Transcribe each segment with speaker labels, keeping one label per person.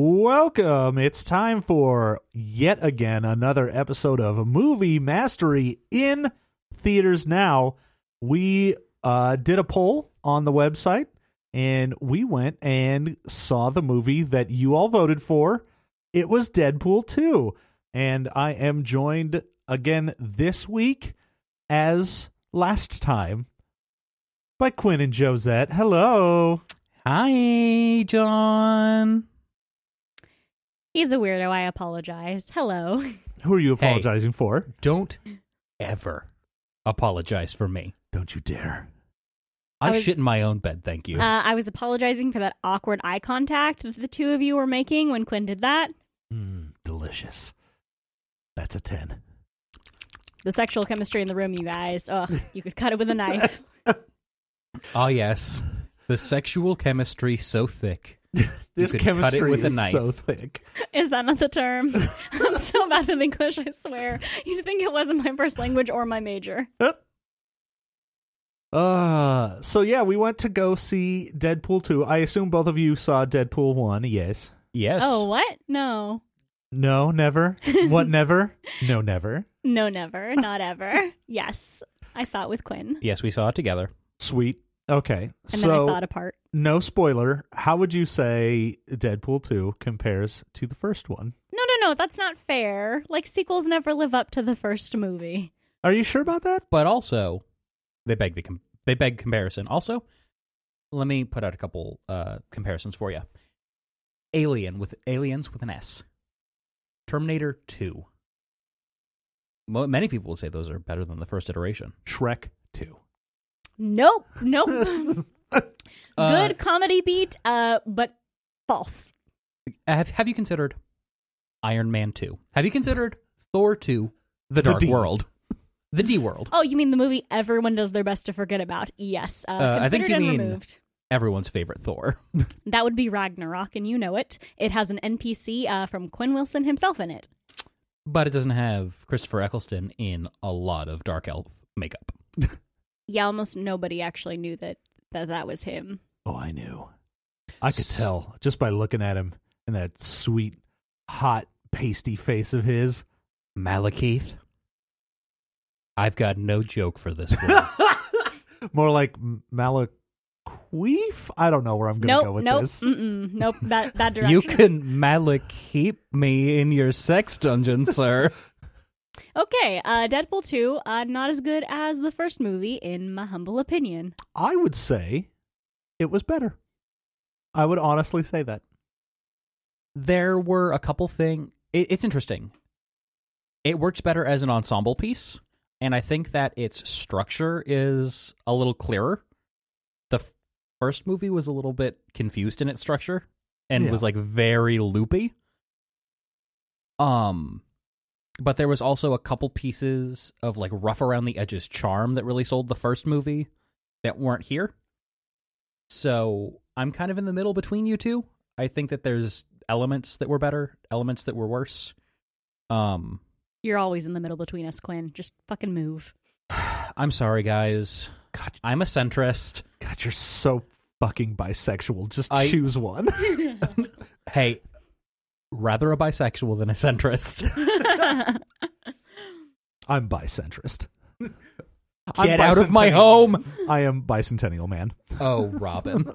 Speaker 1: Welcome. It's time for yet again another episode of Movie Mastery in theaters now. We uh, did a poll on the website and we went and saw the movie that you all voted for. It was Deadpool 2. And I am joined again this week as last time by Quinn and Josette. Hello.
Speaker 2: Hi, John.
Speaker 3: He's a weirdo. I apologize. Hello.
Speaker 1: Who are you
Speaker 2: Hey.
Speaker 1: apologizing for?
Speaker 2: Don't ever apologize for me.
Speaker 1: Don't you dare.
Speaker 2: I,
Speaker 3: I was-
Speaker 2: shit in my own bed, thank you.
Speaker 3: Uh, I was apologizing for that awkward eye contact that the two of you were making when Quinn did that.
Speaker 2: Mmm,
Speaker 1: Mm, delicious. That's a 10.
Speaker 3: The sexual chemistry in the room, you guys. Ugh, you could cut it with a knife.
Speaker 2: Ah, yes. The sexual chemistry so thick.
Speaker 1: This
Speaker 2: could cut it
Speaker 1: chemistry
Speaker 2: with a
Speaker 1: is
Speaker 2: knife.
Speaker 1: so thick.
Speaker 3: Is that not the term? I'm so bad with English, I swear. You'd think it wasn't my first language or my major.
Speaker 1: Uh, so yeah, we went to go see Deadpool 2. I assume both of you saw Deadpool 1, yes.
Speaker 2: Yes.
Speaker 3: Oh, what? No.
Speaker 1: No, never. What, never? No, never.
Speaker 3: No, never. Not ever. Yes. I saw it with Quinn.
Speaker 2: Yes, we saw it together.
Speaker 1: Sweet. Okay.
Speaker 3: And
Speaker 1: so,
Speaker 3: then I saw it apart.
Speaker 1: no spoiler. How would you say Deadpool 2 compares to the first one?
Speaker 3: No, no, no. That's not fair. Like, sequels never live up to the first movie.
Speaker 1: Are you sure about that?
Speaker 2: But also, they beg the com- they beg comparison. Also, let me put out a couple uh, comparisons for you. Alien with aliens with an S. Terminator 2. Mo- many people would say those are better than the first iteration.
Speaker 1: Shrek 2.
Speaker 3: Nope. Nope.
Speaker 2: Uh,
Speaker 3: good comedy beat uh but false
Speaker 2: Have Have you considered Iron Man two? Have you considered Thor two? The Dark
Speaker 1: D.
Speaker 2: World, the D World.
Speaker 3: oh you mean the movie everyone does their best to forget about yes uh,
Speaker 2: Uh, I think
Speaker 3: considered
Speaker 2: you
Speaker 3: and
Speaker 2: mean-
Speaker 3: removed
Speaker 2: Everyone's favorite Thor.
Speaker 3: that would be ragnarok and you know it it has an npc uh, from quinn wilson himself in it
Speaker 2: But it doesn't have Christopher Eccleston in a lot of dark elf makeup.
Speaker 3: yeah almost nobody actually knew that that, that was him
Speaker 1: Oh, I knew. I could
Speaker 2: S-
Speaker 1: tell just by looking at him and that sweet, hot, pasty face of his.
Speaker 2: Malekith. I've got no joke for this one.
Speaker 1: More like M- Malakweef? I don't know where I'm going to
Speaker 3: nope
Speaker 1: go with
Speaker 3: nope Mm.
Speaker 1: this.
Speaker 3: mm-mm, nope that that direction
Speaker 2: you can Malekith me in your sex dungeon, sir.
Speaker 3: okay uh deadpool 2 uh not as good as the first movie in my humble opinion
Speaker 1: I would say it was better. I would honestly say that.
Speaker 2: there were a couple thing. It, it's interesting. It works better as an ensemble piece, and I think that its structure is a little clearer. The f- first movie was a little bit confused in its structure and
Speaker 1: Yeah.
Speaker 2: was like very loopy. Um, but there was also a couple pieces of like rough around the edges charm that really sold the first movie that weren't here. So I'm kind of in the middle between you two. I think that there's elements that were better, elements that were worse. Um,
Speaker 3: you're always in the middle between us quinn just fucking move
Speaker 2: I'm sorry, guys.
Speaker 1: God,
Speaker 2: I'm a centrist.
Speaker 1: God, you're so fucking bisexual. Just
Speaker 2: I-
Speaker 1: choose one.
Speaker 2: Hey, rather a bisexual than a centrist.
Speaker 1: I'm bicentrist. I'm
Speaker 2: Get out of my
Speaker 1: bicentennial.
Speaker 2: home.
Speaker 1: I am bicentennial man.
Speaker 2: Oh, Robin.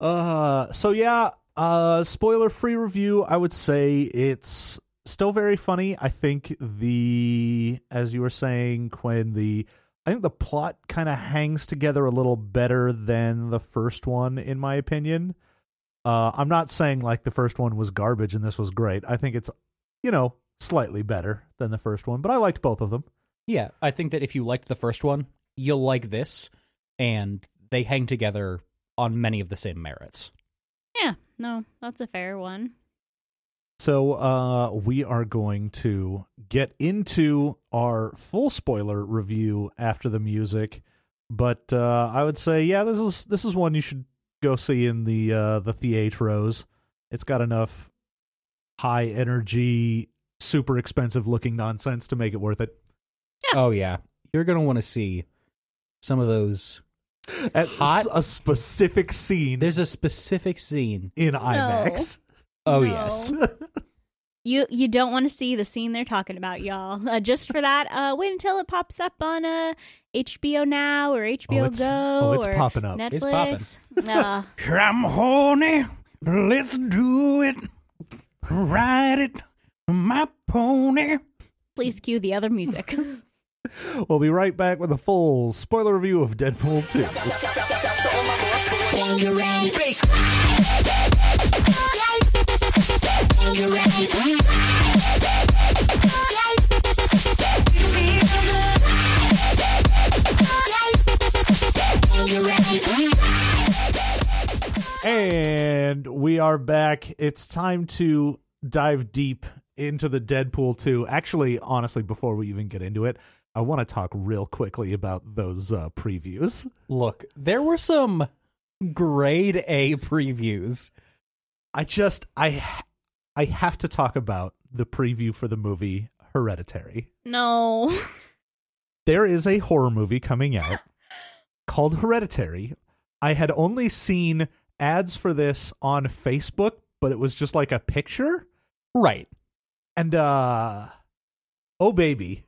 Speaker 1: Uh, so yeah, uh, spoiler free review. I would say it's still very funny. I think the, as you were saying, Quinn, the, I think the plot kind of hangs together a little better than the first one, in my opinion. Uh, I'm not saying like the first one was garbage and this was great. I think it's, you know, slightly better than the first one, but I liked both of them.
Speaker 2: yeah, I think that if you liked the first one, you'll like this, and they hang together on many of the same merits.
Speaker 3: Yeah, no, that's a fair one.
Speaker 1: So uh, we are going to get into our full spoiler review after the music, but uh, I would say, yeah, this is this is one you should go see in the uh, the theatros. It's got enough high energy, super expensive looking nonsense to make it worth it.
Speaker 2: Oh yeah, you're gonna want to see some of those
Speaker 1: at
Speaker 2: Hot?
Speaker 1: s- a specific scene
Speaker 2: There's a specific scene.
Speaker 1: in IMAX.
Speaker 2: Oh
Speaker 3: No.
Speaker 2: yes.
Speaker 3: You you don't want to see the scene they're talking about, y'all. Uh, just for that, uh, wait until it pops up on uh, HBO Now or HBO
Speaker 1: it's-
Speaker 3: Go
Speaker 1: oh, it's
Speaker 3: or
Speaker 1: popping up.
Speaker 2: It's popping.
Speaker 3: Netflix. Uh,
Speaker 2: I'm horny. Let's do it. Ride it, my pony.
Speaker 3: please cue the other music.
Speaker 1: We'll be right back with a full spoiler review of Deadpool 2. And we are back. It's time to dive deep into the Deadpool 2. Actually, honestly, before we even get into it, I want to talk real quickly about those uh, previews.
Speaker 2: Look, there were some grade A previews.
Speaker 1: I just I ha- I have to talk about the preview for the movie Hereditary.
Speaker 3: no,
Speaker 1: There is a horror movie coming out called Hereditary. I had only seen ads for this on Facebook, but it was just like a picture
Speaker 2: Right.
Speaker 1: and uh oh baby.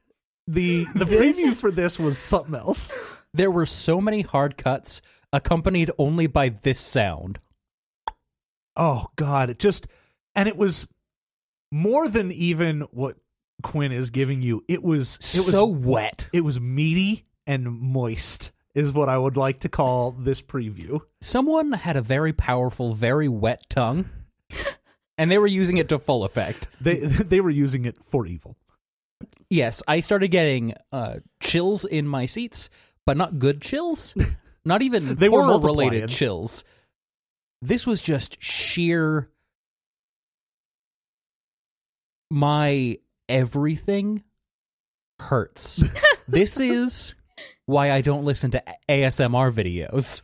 Speaker 1: The the preview for this was something else.
Speaker 2: There were so many hard cuts accompanied only by this sound.
Speaker 1: oh god it just and it was more than even what quinn is giving you it was it was
Speaker 2: so wet.
Speaker 1: it was meaty and moist is what i would like to call this preview
Speaker 2: Someone had a very powerful, very wet tongue, and they were using it to full effect.
Speaker 1: they they were using it for evil
Speaker 2: Yes, I started getting uh, chills in my seats, but not good chills. Not even
Speaker 1: They were multiplying.
Speaker 2: horror-related chills. This was just sheer. My everything hurts. this is why I don't listen to ASMR videos.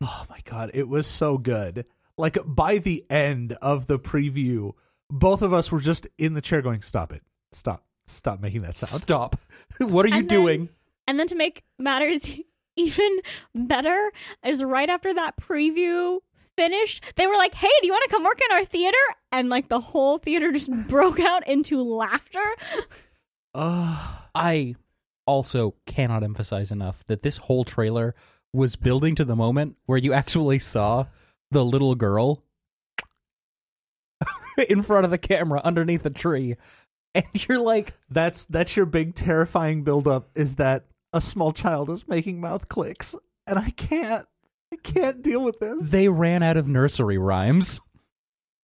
Speaker 1: oh my god it was so good like by the end of the preview both of us were just in the chair going stop it stop stop making that sound
Speaker 2: Stop. What are you
Speaker 3: And then-
Speaker 2: doing?
Speaker 3: and then to make matters even better, is right after that preview finished, they were like, "Hey, do you want to come work in our theater?" And like the whole theater just broke out into laughter.
Speaker 1: Ugh.
Speaker 2: I also cannot emphasize enough that this whole trailer was building to the moment where you actually saw the little girl in front of the camera underneath a tree. And you're like,
Speaker 1: that's that's your big terrifying buildup is that a small child is making mouth clicks and i can't i can't deal with this
Speaker 2: they ran out of nursery rhymes.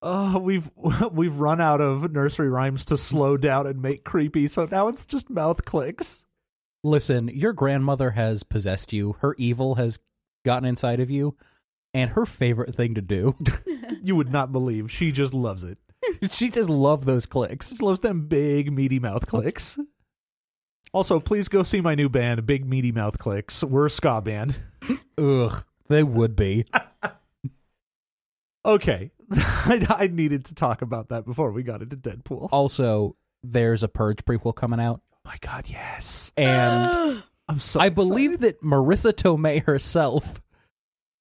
Speaker 1: oh we've we've run out of nursery rhymes to slow down and make creepy so now it's just mouth clicks
Speaker 2: Listen, your grandmother has possessed you, her evil has gotten inside of you, and her favorite thing to do,
Speaker 1: you would not believe she just loves it
Speaker 2: she just loved those clicks.
Speaker 1: she loves them big meaty mouth clicks also please go see my new band big meaty mouth clicks we're a ska band
Speaker 2: Ugh, they would be.
Speaker 1: okay I, I needed to talk about that before we got into deadpool oh
Speaker 2: Also, there's a Purge prequel coming out.
Speaker 1: my god yes
Speaker 2: And
Speaker 1: i'm so
Speaker 2: I believe that Marissa Tomei herself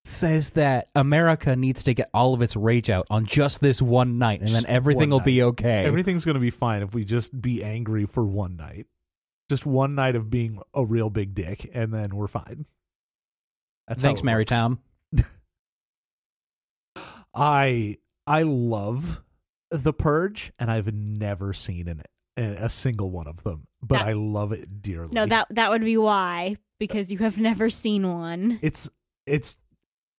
Speaker 2: says that America needs to get all of its rage out on just this one night, and
Speaker 1: Just
Speaker 2: then everything will
Speaker 1: one
Speaker 2: be okay.
Speaker 1: Everything's going to be fine if we just be angry for one night. Just one night of being a real big dick, and then we're fine. That's how
Speaker 2: Thanks,
Speaker 1: it
Speaker 2: Mary
Speaker 1: works.
Speaker 2: Tom.
Speaker 1: I I love The Purge, and I've never seen an, a, a single one of them, but
Speaker 3: That-
Speaker 1: I love it dearly.
Speaker 3: No, that that would be why because you have never seen one.
Speaker 1: it's it's.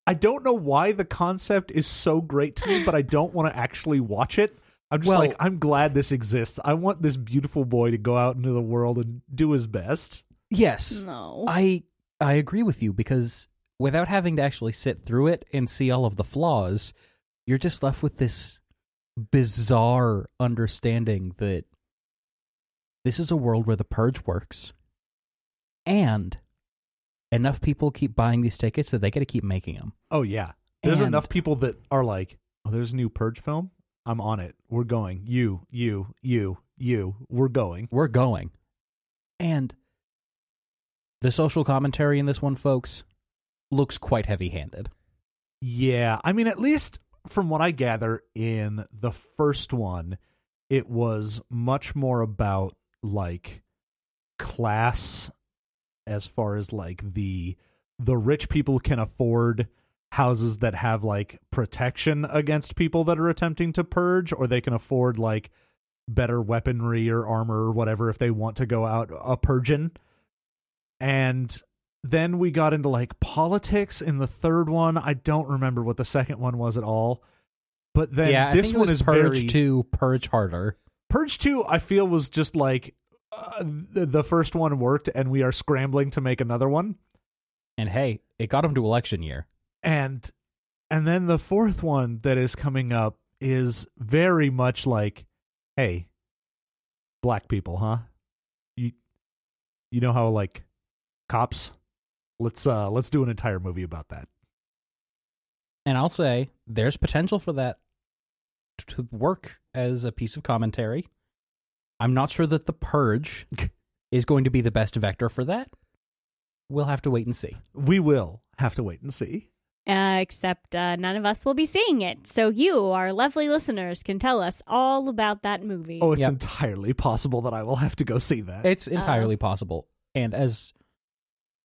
Speaker 1: I don't know why the concept is so great to me, but I don't want to actually watch it. I'm just
Speaker 2: Well-
Speaker 1: like, I'm glad this exists. I want this beautiful boy to go out into the world and do his best.
Speaker 2: Yes,
Speaker 3: No.
Speaker 2: I I agree with you because without having to actually sit through it and see all of the flaws, you're just left with this bizarre understanding that this is a world where the purge works and enough people keep buying these tickets that they got to keep making them.
Speaker 1: Oh yeah. There's
Speaker 2: And-
Speaker 1: enough people that are like, "Oh, there's a new Purge film. I'm on it. We're going. You, you, you, you. We're going."
Speaker 2: We're going. And the social commentary in this one, folks, looks quite heavy-handed.
Speaker 1: Yeah, I mean, at least from what I gather in the first one, it was much more about like class as far as like the the rich people can afford houses that have like protection against people that are attempting to purge or they can afford like better weaponry or armor or whatever if they want to go out a purging and then we got into like politics in the third one i don't remember what the second one was at all but then
Speaker 2: yeah, I
Speaker 1: this
Speaker 2: think it
Speaker 1: one
Speaker 2: was
Speaker 1: is
Speaker 2: purge
Speaker 1: very
Speaker 2: two, purge harder.
Speaker 1: Purge 2, I feel, was just like uh, the, the first one worked, and we are scrambling to make another one.
Speaker 2: And hey, it got him to election year.
Speaker 1: And and then the fourth one that is coming up is very much like, hey, black people, huh? You you know how like cops? Let's uh let's do an entire movie about that.
Speaker 2: And I'll say there's potential for that t- to work as a piece of commentary. I'm not sure that the purge is going to be the best vector for that. We'll have to wait and see.
Speaker 1: We will have to wait and see.
Speaker 3: Uh, except uh, none of us will be seeing it. So you, our lovely listeners, can tell us all about that movie.
Speaker 1: Oh, it's
Speaker 2: Yep.
Speaker 1: entirely possible that I will have to go see that.
Speaker 2: It's Uh-huh. entirely possible. And as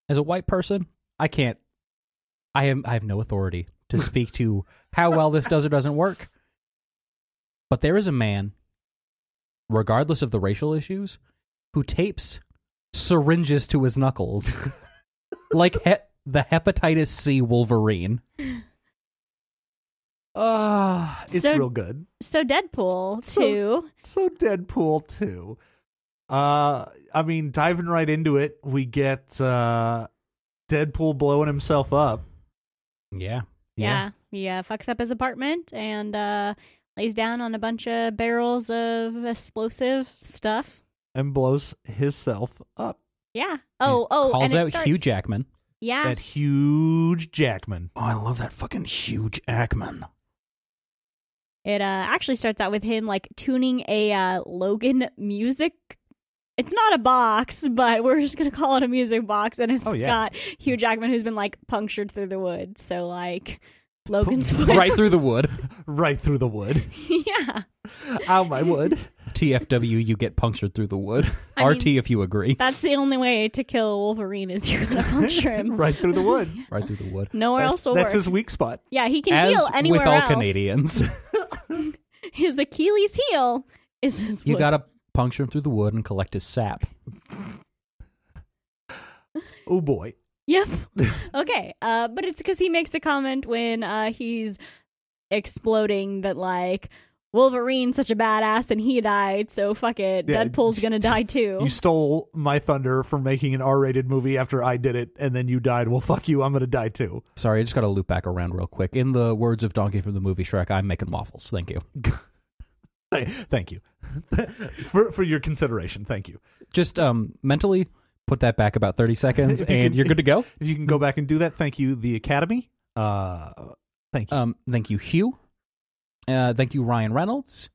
Speaker 2: as a white person, I can't I am I have no authority to speak to how well this does or doesn't work. But there is a man, regardless of the racial issues, who tapes syringes to his knuckles. like he- the hepatitis C Wolverine.
Speaker 1: Ah, it's
Speaker 3: So-
Speaker 1: real good.
Speaker 3: So Deadpool
Speaker 1: So-
Speaker 3: 2.
Speaker 1: so Deadpool 2. Uh I mean diving right into it, we get uh Deadpool blowing himself up.
Speaker 2: Yeah.
Speaker 3: Yeah. He uh, fucks up his apartment and uh, lays down on a bunch of barrels of explosive stuff.
Speaker 1: And blows himself up
Speaker 3: Yeah. Oh, oh,
Speaker 2: Calls
Speaker 3: and it
Speaker 2: out
Speaker 3: starts-
Speaker 2: Hugh Jackman.
Speaker 3: Yeah.
Speaker 1: at huge Jackman.
Speaker 2: Oh, I love that fucking huge Jackman.
Speaker 3: It uh, actually starts out with him like tuning a uh, Logan music. It's not a box, but we're just gonna call it a music box, and it's
Speaker 1: Oh, yeah.
Speaker 3: got Hugh Jackman who's been like punctured through the wood. So like Logan's wood.
Speaker 2: right through the wood.
Speaker 1: Right through the wood.
Speaker 3: yeah,
Speaker 1: Ow my wood.
Speaker 2: TFW, you get punctured through the wood.
Speaker 3: I mean-
Speaker 2: RT, if you agree.
Speaker 3: that's the only way to kill Wolverine is you're gonna puncture him
Speaker 1: right through the wood.
Speaker 2: Right through the wood.
Speaker 3: Nowhere
Speaker 1: That's-
Speaker 3: else will
Speaker 1: That's
Speaker 3: work.
Speaker 1: his weak spot.
Speaker 3: Yeah, he can
Speaker 2: As
Speaker 3: heal anywhere
Speaker 2: with all
Speaker 3: else.
Speaker 2: Canadians,
Speaker 3: His Achilles heel is his.
Speaker 2: you
Speaker 3: wood.
Speaker 2: gotta puncture him through the wood and collect his sap.
Speaker 1: Oh boy.
Speaker 3: Yep. okay. Uh, but it's because he makes a comment when uh, he's exploding that like Wolverine's such a badass and he died, so fuck it,
Speaker 1: Yeah.
Speaker 3: Deadpool's gonna die too.
Speaker 1: You stole my thunder for making an R-rated movie after I did it and then you died. Well, fuck you. I'm going to die too.
Speaker 2: Sorry, I just gotta loop back around real quick. In the words of Donkey from the movie Shrek, I'm making waffles. Thank you.
Speaker 1: Th- Thank you. for for your consideration. Thank you.
Speaker 2: Just um, mentally put that back about 30 seconds
Speaker 1: If you
Speaker 2: and
Speaker 1: can-
Speaker 2: you're good to go.
Speaker 1: If you can go back and do that, thank you, the Academy. Uh, thank you.
Speaker 2: Um, thank you, Hugh. Uh, thank you, Ryan Reynolds.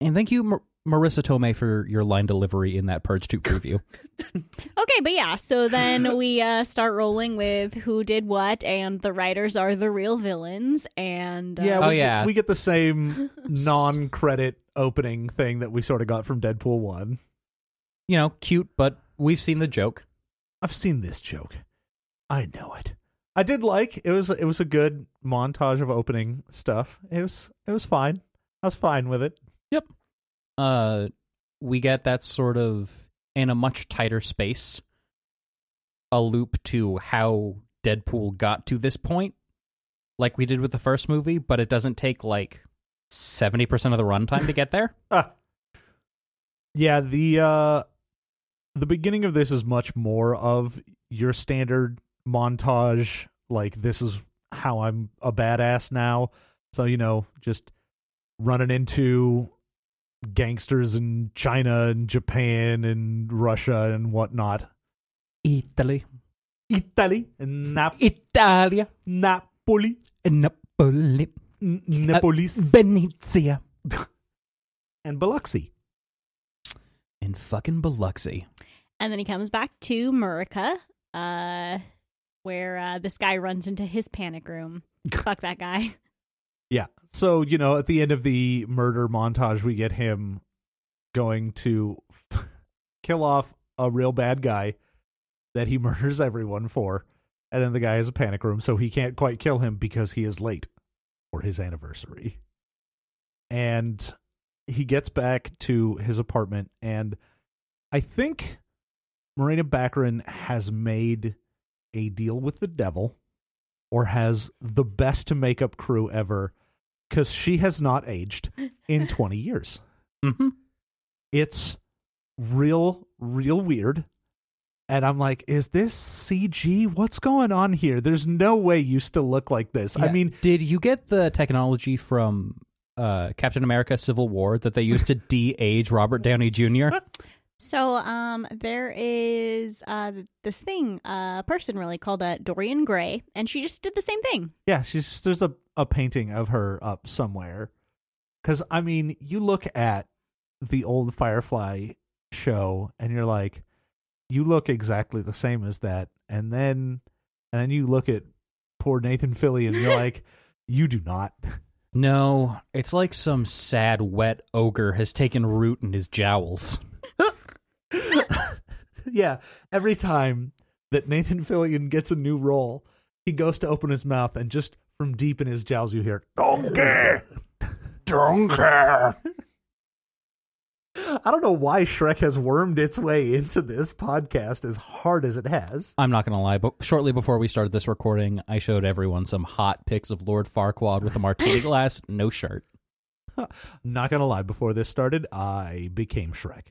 Speaker 2: And thank you, Mar- Marissa Tomei, for your line delivery in that Purge 2 preview.
Speaker 3: Okay, but yeah, so then we uh, start rolling with who did what, and the writers are the real villains, and uh,
Speaker 1: yeah, we,
Speaker 2: Oh,
Speaker 1: get-
Speaker 2: yeah.
Speaker 1: we get the same non-credit opening thing that we sort of got from Deadpool One.
Speaker 2: you know, cute, but we've seen the joke.
Speaker 1: I've seen this joke. I know it. I did like it was it was a good montage of opening stuff. It was it was fine. I was fine with it.
Speaker 2: uh we get that sort of in a much tighter space a loop to how deadpool got to this point like we did with the first movie but it doesn't take like 70% of the runtime to get there
Speaker 1: Yeah, the uh the beginning of this is much more of your standard montage like this is how I'm a badass now. So, you know, just running into gangsters in China and Japan and Russia and whatnot.
Speaker 2: italy
Speaker 1: Italy and Nap-
Speaker 2: italia
Speaker 1: Napoli.
Speaker 2: napoli
Speaker 1: N- Napolis
Speaker 2: venezia
Speaker 1: and Biloxi.
Speaker 2: and fucking biloxi
Speaker 3: and then he comes back to Murica, uh, where uh, this guy runs into his panic room. Fuck that guy.
Speaker 1: Yeah. So, you know, at the end of the murder montage, we get him going to kill off a real bad guy that he murders everyone for. And then the guy has a panic room, so he can't quite kill him because he is late for his anniversary. And he gets back to his apartment, and I think Marina Baccarin has made a deal with the devil or has the best makeup crew ever because she has not aged in 20 years.
Speaker 2: Mm-hmm.
Speaker 1: It's real, real weird. And I'm like, is this CG? What's going on here? There's no way you still look like this. I
Speaker 2: Yeah.
Speaker 1: mean,
Speaker 2: did you get the technology from uh, Captain America: Civil War that they used to de-age Robert Downey Jr.?
Speaker 3: So um, there is uh, this thing, a person really called uh, Dorian Gray, and she just did the same thing.
Speaker 1: yeah, she's just, there's a, a painting of her up somewhere. Because, I mean, you look at the old Firefly show and you're like, you look exactly the same as that. And then, and then you look at poor Nathan Fillion and you're like, you do not.
Speaker 2: No, it's like some sad wet ogre has taken root in his jowls.
Speaker 1: yeah, every time that Nathan Fillion gets a new role, he goes to open his mouth and just from deep in his jowls you hear donkey, donkey. I don't know why Shrek has wormed its way into this podcast as hard as it has.
Speaker 2: I'm not gonna lie, but shortly before we started this recording, I showed everyone some hot pics of Lord Farquaad with a martini glass, no shirt.
Speaker 1: Not gonna lie, before this started, I became Shrek.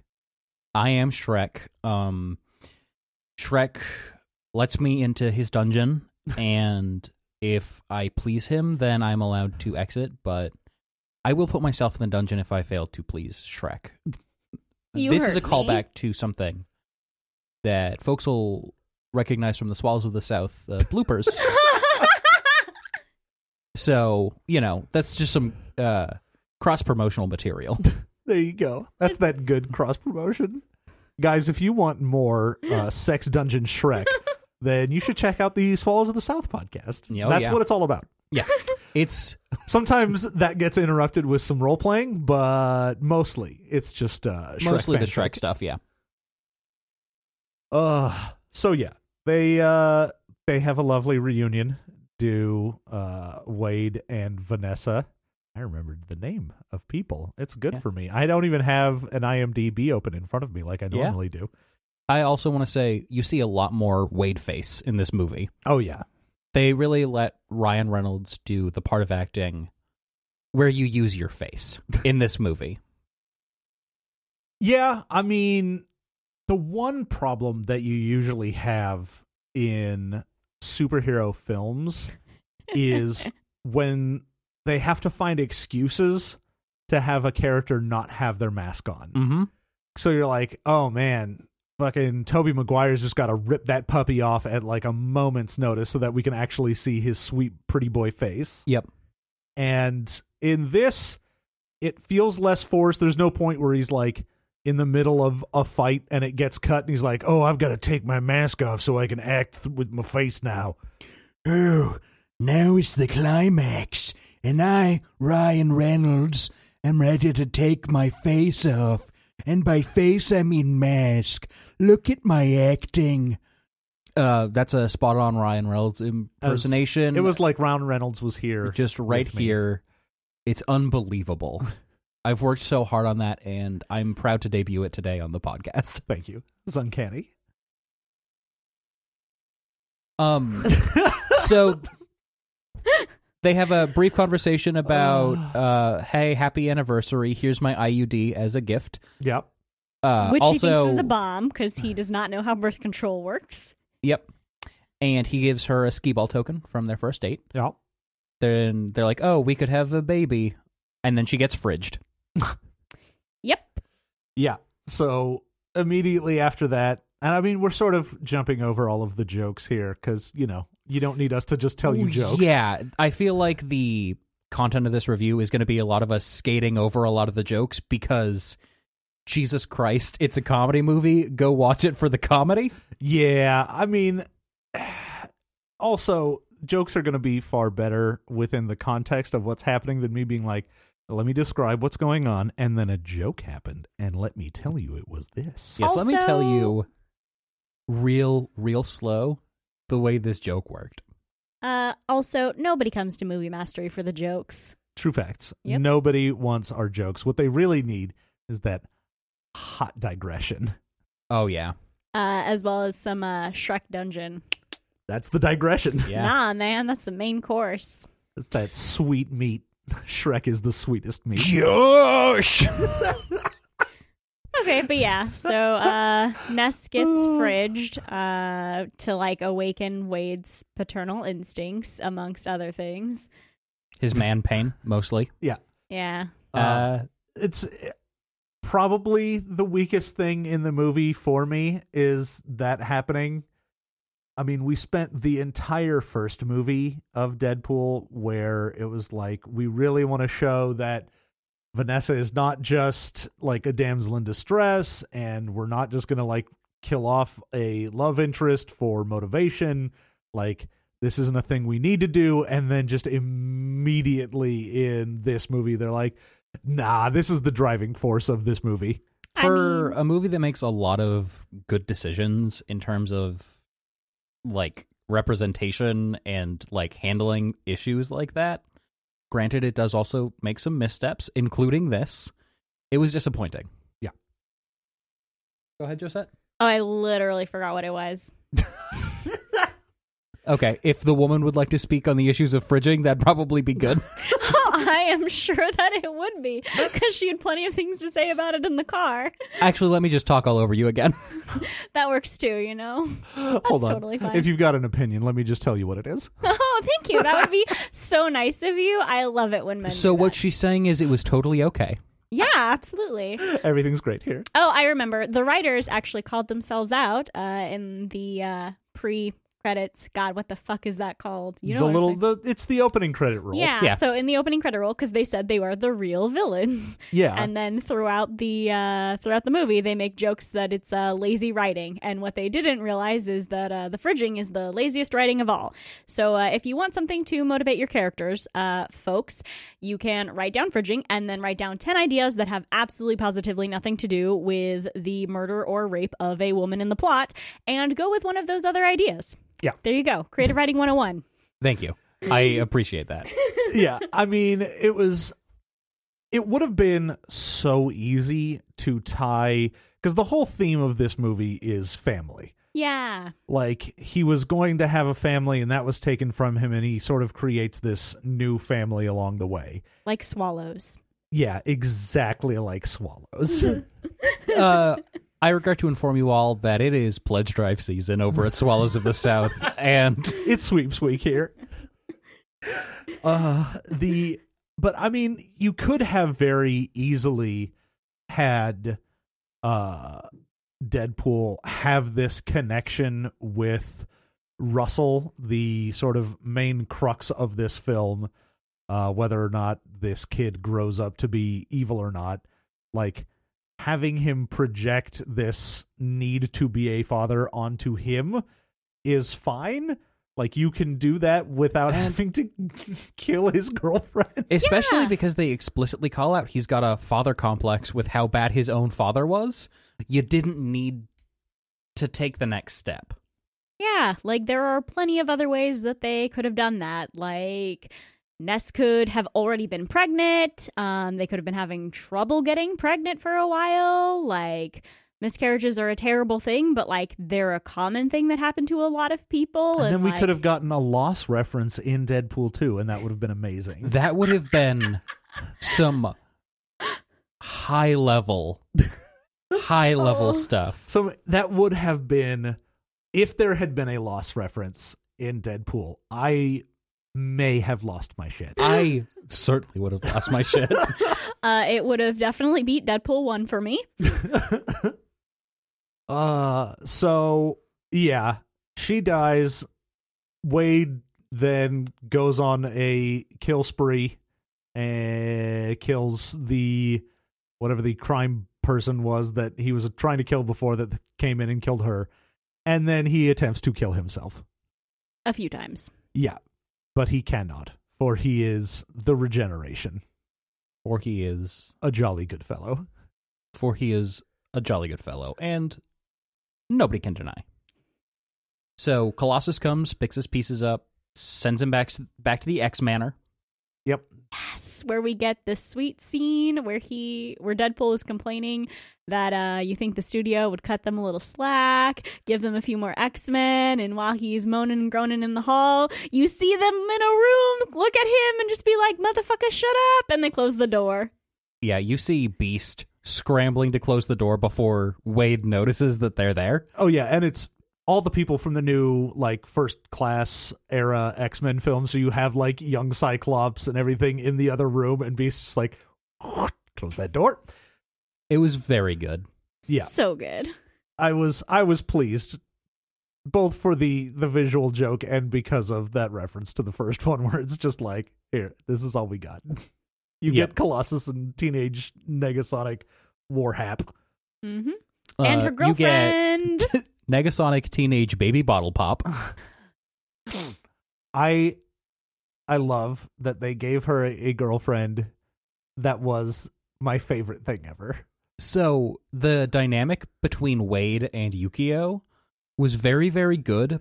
Speaker 2: I am Shrek. Um, Shrek lets me into his dungeon, and if I please him, then I'm allowed to exit. But I will put myself in the dungeon if I fail to please Shrek.
Speaker 3: You
Speaker 2: this is a
Speaker 3: heard me.
Speaker 2: callback to something that folks will recognize from the Swallows of the South uh, bloopers. so you know that's just some uh, cross promotional material.
Speaker 1: There you go. That's that good cross promotion. Guys, if you want more uh, Sex Dungeon Shrek, then you should check out the Swallows of the South podcast.
Speaker 2: Yeah, oh
Speaker 1: That's
Speaker 2: yeah.
Speaker 1: what it's all about.
Speaker 2: yeah, it's
Speaker 1: Sometimes that gets interrupted with some role playing, but mostly it's just uh, Shrek
Speaker 2: mostly
Speaker 1: fan
Speaker 2: the
Speaker 1: fiction.
Speaker 2: Shrek stuff. Yeah.
Speaker 1: Uh so yeah. They uh they have a lovely reunion do uh Wade and Vanessa. I remembered the name of people. It's good
Speaker 2: Yeah.
Speaker 1: for me. I don't even have an IMDb open in front of me like I
Speaker 2: Yeah.
Speaker 1: normally do.
Speaker 2: I also want to say you see a lot more Wade face in this movie.
Speaker 1: Oh yeah.
Speaker 2: They really let Ryan Reynolds do the part of acting where you use your face in this movie.
Speaker 1: Yeah, I mean, the one problem that you usually have in superhero films is when they have to find excuses to have a character not have their mask on.
Speaker 2: Mm-hmm.
Speaker 1: So you're like, "Oh man, fucking Toby Maguire's just got to rip that puppy off at like a moment's notice so that we can actually see his sweet pretty boy face."
Speaker 2: Yep.
Speaker 1: And in this, it feels less forced. There's no point where he's like in the middle of a fight and it gets cut and he's like, oh, I've got to take my mask off so I can act th- with my face now.
Speaker 4: Oh, now it's the climax, and I, Ryan Reynolds, am ready to take my face off. And by face, I mean mask. Look at my acting.
Speaker 2: Uh, that's a spot on Ryan Reynolds impersonation.
Speaker 1: It was like Ron Reynolds was here.
Speaker 2: just right
Speaker 1: with me.
Speaker 2: here. It's unbelievable. I've worked so hard on that, and I'm proud to debut it today on the podcast.
Speaker 1: Thank you. It's uncanny.
Speaker 2: Um, so they have a brief conversation about, uh, hey, happy anniversary. Here's my IUD as a gift.
Speaker 1: Yep.
Speaker 2: Uh,
Speaker 3: Which
Speaker 2: also,
Speaker 3: he thinks is a bomb because he does not know how birth control works.
Speaker 2: Yep. And he gives her a skee ball token from their first date.
Speaker 1: Yep.
Speaker 2: Then they're like, oh, we could have a baby. And then she gets fridged.
Speaker 3: Yep.
Speaker 1: Yeah. So immediately after that, and I mean, we're sort of jumping over all of the jokes here because, you know, you don't need us to just tell you
Speaker 2: Ooh,
Speaker 1: jokes.
Speaker 2: Yeah, I feel like the content of this review is going to be a lot of us skating over a lot of the jokes because Jesus Christ, it's a comedy movie. Go watch it for the comedy.
Speaker 1: Yeah, I mean, also jokes are going to be far better within the context of what's happening than me being like let me describe what's going on and then a joke happened and let me tell you it was this
Speaker 2: Yes, let me tell
Speaker 3: Also-
Speaker 2: you real, real slow the way this joke worked.
Speaker 3: Uh, also, nobody comes to Movie Mastery for the jokes.
Speaker 1: true facts
Speaker 3: Yep.
Speaker 1: nobody wants our jokes what they really need is that hot digression
Speaker 2: Oh yeah.
Speaker 3: Uh, as well as some uh, Shrek Dungeon.
Speaker 1: that's the digression
Speaker 2: Yeah.
Speaker 3: Nah, man, that's the main course.
Speaker 1: It's that sweet meat. Shrek is the sweetest meat.
Speaker 4: Josh!
Speaker 3: Okay, but yeah, so uh, Ness gets
Speaker 2: Oh.
Speaker 3: fridged uh, to like awaken Wade's paternal instincts, amongst other things.
Speaker 2: His man pain mostly.
Speaker 3: Yeah.
Speaker 1: Uh,
Speaker 2: Uh,
Speaker 1: it's probably the weakest thing in the movie for me is that happening. I mean, we spent the entire first movie of Deadpool where it was like we really want to show that Vanessa is not just like a damsel in distress and we're not just going to like kill off a love interest for motivation. Like this isn't a thing we need to do and then just immediately in this movie they're like nah, this is the driving force of this movie.
Speaker 3: I
Speaker 2: for
Speaker 3: mean-
Speaker 2: a movie that makes a lot of good decisions in terms of like representation and like handling issues like that. Granted, it does also make some missteps, including this. It was disappointing.
Speaker 1: Yeah.
Speaker 2: Go ahead, Josette.
Speaker 3: Oh, I literally forgot what it was.
Speaker 2: Okay, if the woman would like to speak on the issues of fridging, that'd probably be good.
Speaker 3: oh, I am sure that it would be because she had plenty of things to say about it in the car.
Speaker 2: Actually, let me just talk all over you again.
Speaker 3: That works too, you know.
Speaker 1: Hold on.
Speaker 3: totally fine.
Speaker 1: If you've got an opinion, let me just tell you what it is.
Speaker 3: Oh, thank you. That would be so nice of you. I love it when men.
Speaker 2: So
Speaker 3: do
Speaker 2: what
Speaker 3: that.
Speaker 2: she's saying is it was totally okay.
Speaker 3: yeah, absolutely.
Speaker 1: Everything's great here.
Speaker 3: Oh, I remember. The writers actually called themselves out uh, in the uh, pre-credits. God, what the fuck is that called? You know,
Speaker 1: the
Speaker 3: what I'm
Speaker 1: little
Speaker 3: saying.
Speaker 1: the it's the opening credit roll.
Speaker 3: Yeah,
Speaker 2: Yeah.
Speaker 3: So in the opening credit roll, because they said they were the real villains,
Speaker 1: Yeah.
Speaker 3: and then throughout the uh, throughout the movie, they make jokes that it's uh, lazy writing, and what they didn't realize is that uh, the fridging is the laziest writing of all. So uh, if you want something to motivate your characters, uh, folks, you can write down fridging and then write down ten ideas that have absolutely positively nothing to do with the murder or rape of a woman in the plot, and go with one of those other ideas.
Speaker 1: Yeah.
Speaker 3: there you go. Creative writing 101.
Speaker 2: Thank you. I appreciate that.
Speaker 1: yeah. I mean, it was it would have been so easy to tie because the whole theme of this movie is family.
Speaker 3: Yeah.
Speaker 1: like he was going to have a family and that was taken from him and he sort of creates this new family along the way
Speaker 3: like swallows.
Speaker 1: yeah exactly like swallows
Speaker 2: Uh, I regret to inform you all that it is pledge drive season over at Swallows of the South, and
Speaker 1: it's sweeps week here uh the but i mean you could have very easily had uh deadpool have this connection with russell the sort of main crux of this film uh, whether or not this kid grows up to be evil or not. Like having him project this need to be a father onto him is fine. Like you can do that without
Speaker 2: And-
Speaker 1: having to kill his girlfriend.
Speaker 2: especially
Speaker 3: Yeah.
Speaker 2: because they explicitly call out he's got a father complex with how bad his own father was. You didn't need to take the next step.
Speaker 3: Yeah, like there are plenty of other ways that they could have done that. Like Ness could have already been pregnant. Um, they could have been having trouble getting pregnant for a while. Like miscarriages are a terrible thing, but like they're a common thing that happened to a lot of people.
Speaker 1: And
Speaker 3: And,
Speaker 1: then we
Speaker 3: like,
Speaker 1: could have gotten a loss reference in Deadpool 2, and that would have been amazing.
Speaker 2: That would have been some high level, high level
Speaker 3: Oh.
Speaker 2: stuff.
Speaker 1: So that would have been if there had been a loss reference in Deadpool, I may have lost my shit.
Speaker 2: I certainly would have lost my shit.
Speaker 3: Uh, it would have definitely beat Deadpool one for me.
Speaker 1: uh so yeah she dies wade then goes on a kill spree and kills the whatever the crime person was that he was trying to kill before that came in and killed her and then he attempts to kill himself
Speaker 3: a few times.
Speaker 1: Yeah, but he cannot, for he is the regeneration,
Speaker 2: For he is
Speaker 1: a jolly good fellow.
Speaker 2: for he is a jolly good fellow, and nobody can deny. So Colossus comes, picks his pieces up, sends him back back to the X Manor.
Speaker 1: Yep.
Speaker 3: Yes, where we get the sweet scene where he where Deadpool is complaining that uh you think the studio would cut them a little slack, give them a few more X-Men, and while he's moaning and groaning in the hall, you see them in a room, look at him and just be like, "Motherfucker, shut up." And they close the door.
Speaker 2: Yeah, you see Beast scrambling to close the door before Wade notices that they're there.
Speaker 1: Oh yeah, and it's all the people from the new like first class era X Men film. So you have like young Cyclops and everything in the other room, and Beast's just like close that door.
Speaker 2: It was very good.
Speaker 1: Yeah.
Speaker 3: So good.
Speaker 1: I was I was pleased both for the the visual joke and because of that reference to the first one where it's just like here this is all we got. You
Speaker 2: Yep.
Speaker 1: get Colossus and teenage Negasonic Warhap.
Speaker 3: Mhm. and
Speaker 2: Uh,
Speaker 3: her
Speaker 2: You get
Speaker 3: girlfriend.
Speaker 2: Negasonic Teenage Baby Bottle Pop.
Speaker 1: I I love that they gave her a, a girlfriend that was my favorite thing ever.
Speaker 2: So the dynamic between Wade and Yukio was very, very good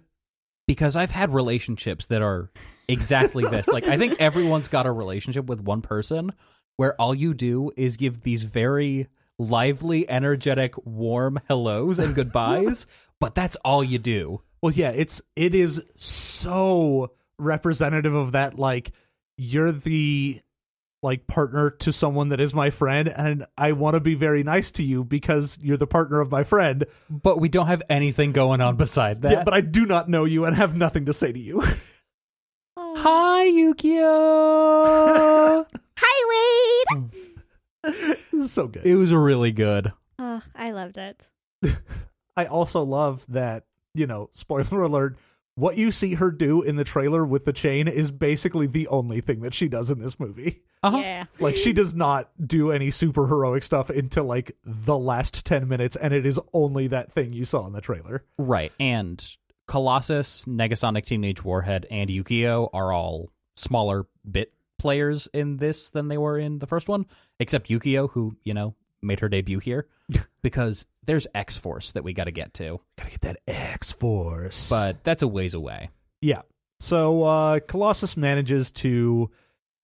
Speaker 2: because I've had relationships that are exactly this. Like I think everyone's got a relationship with one person where all you do is give these very lively, energetic, warm hellos and goodbyes, but that's all you do.
Speaker 1: Well, yeah, it's it is so representative of that. Like you're the like partner to someone that is my friend, and I want to be very nice to you because you're the partner of my friend.
Speaker 2: But we don't have anything going on beside that.
Speaker 1: Yeah, but I do not know you and have nothing to say to you.
Speaker 3: Oh.
Speaker 2: Hi Yukio.
Speaker 3: Hi, Wade.
Speaker 1: This is so good.
Speaker 2: it was really good.
Speaker 3: Ugh, I loved it.
Speaker 1: I also love that, you know, spoiler alert, what you see her do in the trailer with the chain is basically the only thing that she does in this movie.
Speaker 2: Uh-huh.
Speaker 3: Yeah.
Speaker 1: Like she does not do any super heroic stuff until like the last 10 minutes and it is only that thing you saw in the trailer.
Speaker 2: Right. And Colossus, Negasonic Teenage Warhead, and Yukio are all smaller bit players in this than they were in the first one, except Yukio, who, you know, made her debut here because there's X Force that we got to get to,
Speaker 1: Got to get that X-Force. But
Speaker 2: but that's a ways away.
Speaker 1: yeah. So uh Colossus manages to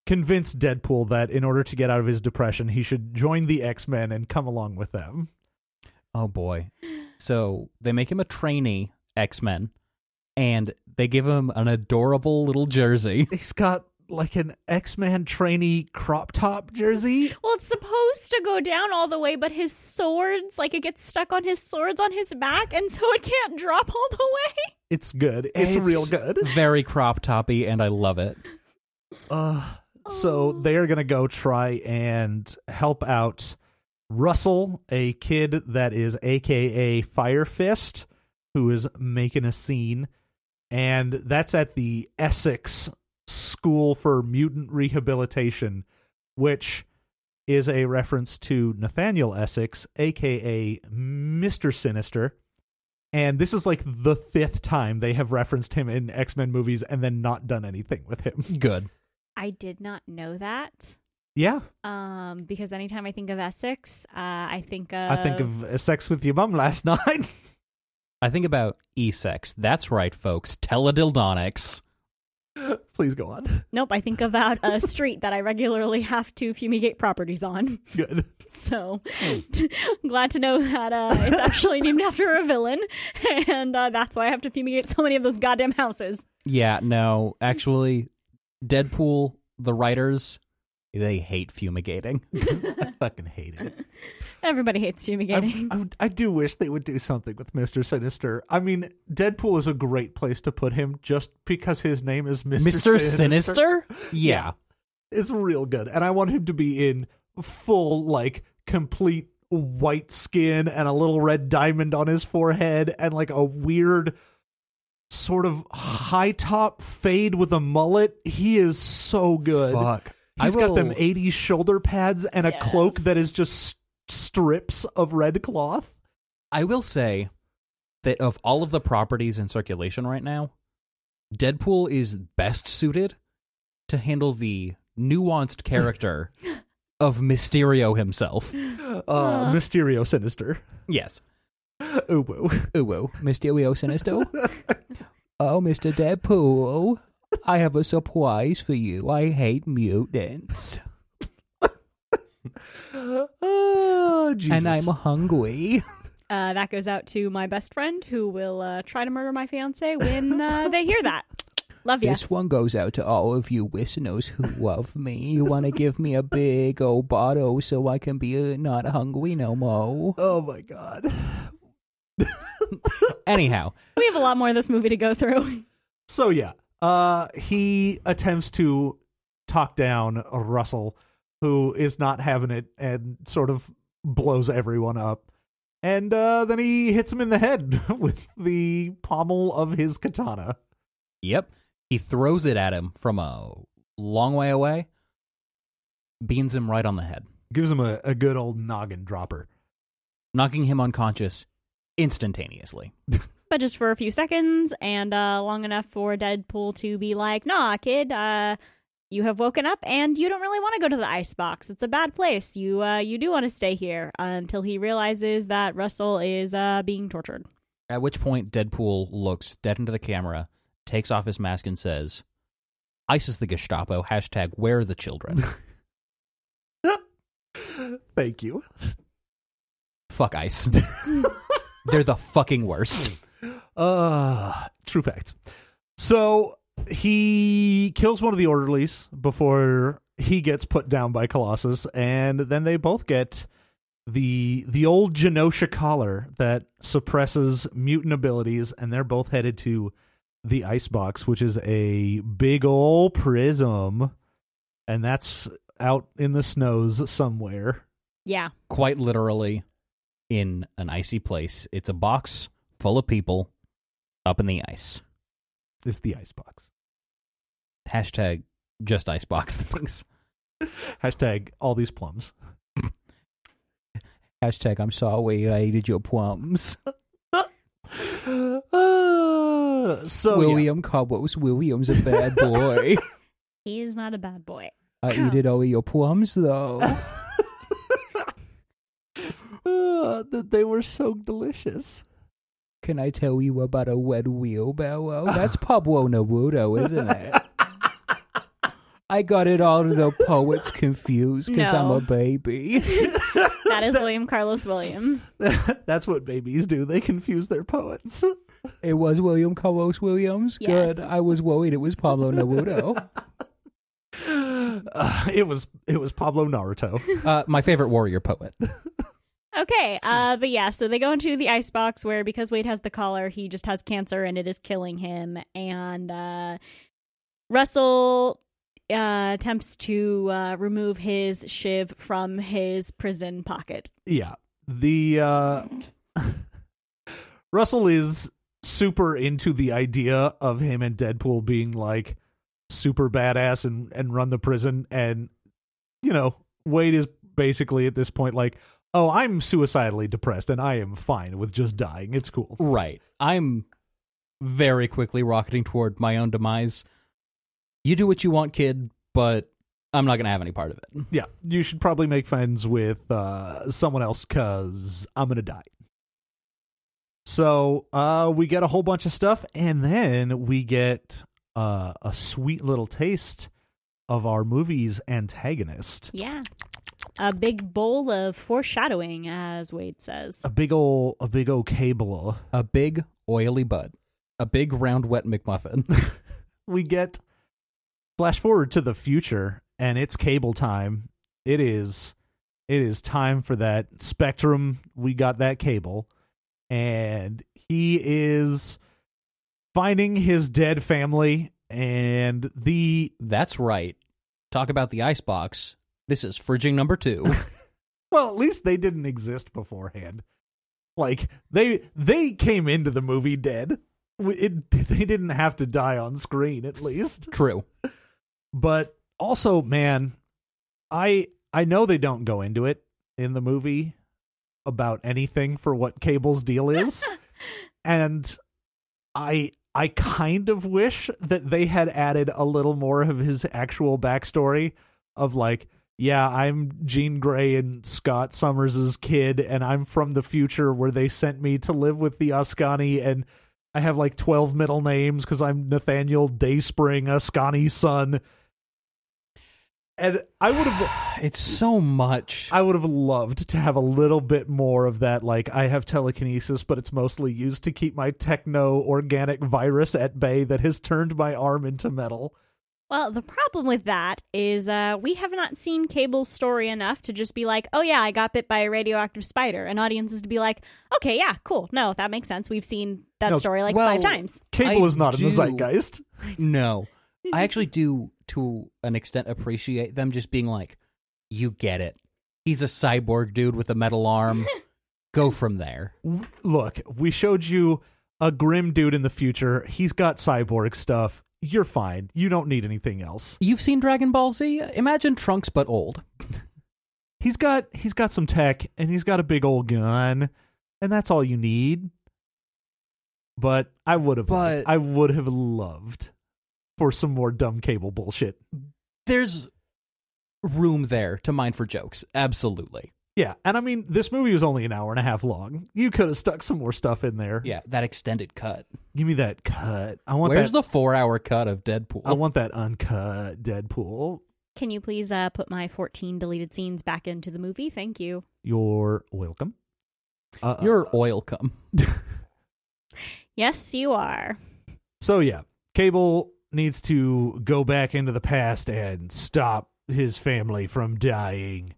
Speaker 1: convince Deadpool that in order to get out of his depression, he should join the X-Men and come along with them.
Speaker 2: Oh boy. So they make him a trainee X Men and they give him an adorable little jersey.
Speaker 1: He's got like an X-Man trainee crop top jersey.
Speaker 3: Well, it's supposed to go down all the way, but his swords, like it gets stuck on his swords on his back, and so it can't drop all the way.
Speaker 1: It's good. It's, real good.
Speaker 2: Very crop toppy, and I love it.
Speaker 1: Uh, so
Speaker 3: Oh.
Speaker 1: they are going to go try and help out Russell, a kid that is AKA Fire Fist, who is making a scene. And that's at the Essex School for Mutant Rehabilitation, which is a reference to Nathaniel Essex, aka Mr. Sinister. And this is like the fifth time they have referenced him in X Men movies and then not done anything with him.
Speaker 2: Good.
Speaker 3: I did not know that.
Speaker 1: Yeah,
Speaker 3: Um, because anytime I think of Essex, uh, I think of
Speaker 1: I think of uh, sex with your mum last night.
Speaker 2: I think about e-sex. That's right, folks. Teledildonics.
Speaker 1: Please go on.
Speaker 3: nope. I think about a street that I regularly have to fumigate properties on.
Speaker 1: Good.
Speaker 3: So glad to know that uh, it's actually named after a villain, and uh, that's why I have to fumigate so many of those goddamn houses.
Speaker 2: Yeah, no, actually, Deadpool, the writers, they hate fumigating.
Speaker 1: I fucking hate it.
Speaker 3: Everybody hates
Speaker 1: I,
Speaker 3: fumigating.
Speaker 1: I, would- I do wish they would do something with Mister Sinister. I mean, Deadpool is a great place to put him just because his name is Mister
Speaker 2: Mr. Sinister? Yeah.
Speaker 1: It's real good, and I want him to be in full like complete white skin and a little red diamond on his forehead and like a weird sort of high top fade with a mullet. He is so good.
Speaker 2: Fuck.
Speaker 1: He's
Speaker 2: I
Speaker 1: got them
Speaker 2: will-
Speaker 1: 80s shoulder pads and a cloak
Speaker 3: Yes.
Speaker 1: that is just s- strips of red cloth.
Speaker 2: I will say that of all of the properties in circulation right now, Deadpool is best suited to handle the nuanced character of Mysterio himself.
Speaker 1: Uh, Mysterio Sinister.
Speaker 2: Yes.
Speaker 1: Ooh, woo.
Speaker 2: Ooh, woo. Mysterio Sinister. oh, Mr. Deadpool, I have a surprise for you. I hate mutants.
Speaker 1: Oh, Ah, Jesus.
Speaker 2: hungry.
Speaker 3: Uh, that goes out to my best friend who will uh, try to murder my fiance when uh, they hear that. Love you.
Speaker 2: This one goes out to all of you listeners who love me. You want to give me a big old bottle so I can be uh, not hungry no more.
Speaker 1: oh my god.
Speaker 2: Anyhow,
Speaker 3: We have a lot more of this movie to go through.
Speaker 1: So yeah, uh, he attempts to talk down Russell, who is not having it, and sort of blows everyone up. And uh, then he hits him in the head with the pommel of his katana.
Speaker 2: yep, he throws it at him from a long way away, beans him right on the head,
Speaker 1: Gives him a, a good old noggin dropper.
Speaker 2: knocking him unconscious instantaneously.
Speaker 3: but just for a few seconds and uh, long enough for Deadpool to be like, nah, kid, uh, you have woken up and you don't really want to go to the icebox. It's a bad place. You uh, you do want to stay here until he realizes that Russell is uh, being tortured.
Speaker 2: At which point, Deadpool looks dead into the camera, takes off his mask, and says, ISIS the Gestapo, hashtag where are the children?
Speaker 1: Thank you.
Speaker 2: Fuck ICE. They're the fucking worst.
Speaker 1: Uh, true facts. So he kills one of the orderlies before he gets put down by Colossus, and then they both get the the old Genosha collar that suppresses mutant abilities, and they're both headed to the icebox, which is a big ol' prism, and that's out in the snows somewhere.
Speaker 3: Yeah.
Speaker 2: Quite literally in an icy place. It's a box full of people up in the ice.
Speaker 1: It's the icebox.
Speaker 2: Hashtag just icebox things.
Speaker 1: Hashtag all these plums.
Speaker 2: Hashtag I'm sorry I did your plums.
Speaker 1: Uh, so yeah.
Speaker 2: Carlos Williams a bad boy.
Speaker 3: He's not a bad boy.
Speaker 2: I eated all your plums though.
Speaker 1: that they were so delicious.
Speaker 2: Can I tell you about a wet wheelbarrow? That's Pablo Neruda, isn't it? I got it all the poets confused because I'm
Speaker 3: No.
Speaker 2: a baby.
Speaker 3: That is William Carlos William.
Speaker 1: That's what babies do. They confuse their poets.
Speaker 2: It was William Carlos Williams.
Speaker 3: Yes.
Speaker 2: Good. I was worried it was Pablo Neruda.
Speaker 1: Uh, it was it was Pablo Naruto.
Speaker 2: uh, my favorite warrior poet.
Speaker 3: Okay, uh, but yeah, so they go into the icebox where because Wade has the collar, he just has cancer and it is killing him. And uh, Russell uh, attempts to uh, remove his shiv from his prison pocket.
Speaker 1: yeah, the uh, Russell is super into the idea of him and Deadpool being like super badass and and run the prison and you know Wade is basically at this point like oh I'm suicidally depressed and I am fine with just dying. It's cool.
Speaker 2: Right. I'm very quickly rocketing toward my own demise. You do what you want, kid, but I'm not going to have any part of it.
Speaker 1: Yeah, you should probably make friends with uh, someone else because I'm gonna die. So uh, we get a whole bunch of stuff, and then we get uh, a sweet little taste of our movie's antagonist.
Speaker 3: Yeah. A big bowl of foreshadowing, as Wade says.
Speaker 1: A big ol' a big ol' cable.
Speaker 2: a big oily bud, a big round wet McMuffin.
Speaker 1: We get flash forward to the future, and it's cable time. It is, it is time for that spectrum. We got that cable. and he is finding his dead family and the
Speaker 2: That's right. Talk about the icebox. This is fridging number two.
Speaker 1: well at least they didn't exist beforehand like they they came into the movie dead W- it, they didn't have to die on screen at least
Speaker 2: True.
Speaker 1: but also man i i know they don't go into it in the movie about anything for what cable's deal is and i I kind of wish that they had added a little more of his actual backstory of like, yeah, I'm Gene Gray and Scott Summers' kid, and I'm from the future where they sent me to live with the Ascani, and I have like 12 middle names because I'm Nathaniel Dayspring, Ascani's son. And I would have
Speaker 2: It's so much.
Speaker 1: I would have loved to have a little bit more of that. Like, I have telekinesis, but it's mostly used to keep my techno organic virus at bay that has turned my arm into metal.
Speaker 3: Well, the problem with that is uh, we have not seen Cable's story enough to just be like, oh, yeah, I got bit by a radioactive spider. And audiences to be like, okay, yeah, cool. No, that makes sense. We've seen that
Speaker 1: No,
Speaker 3: story like
Speaker 2: well-
Speaker 3: five times.
Speaker 1: Cable
Speaker 2: I
Speaker 1: is not in the
Speaker 2: do-
Speaker 1: zeitgeist.
Speaker 2: no. I actually do, to an extent, appreciate them just being like, you get it. He's a cyborg dude with a metal arm. Go from there.
Speaker 1: W- Look, we showed you a grim dude in the future. He's got cyborg stuff. You're fine. You don't need anything else.
Speaker 2: You've seen Dragon Ball Z? Imagine Trunks but old.
Speaker 1: He's got he's got some tech and he's got a big old gun, and that's all you need. But I would have
Speaker 2: But-
Speaker 1: I would have loved for some more dumb cable bullshit.
Speaker 2: There's room there to mine for jokes. Absolutely.
Speaker 1: Yeah, and I mean this movie was only an hour and a half long. You could have stuck some more stuff in there.
Speaker 2: Yeah, that extended cut.
Speaker 1: Give me that cut. I want that
Speaker 2: Where's the four hour cut of Deadpool?
Speaker 1: I want that uncut Deadpool.
Speaker 3: Can you please uh, put my 14 deleted scenes back into the movie? Thank you.
Speaker 1: You're welcome. Uh, uh,
Speaker 2: Your oil come.
Speaker 3: Yes, you are.
Speaker 1: So yeah, Cable needs to go back into the past and stop his family from dying.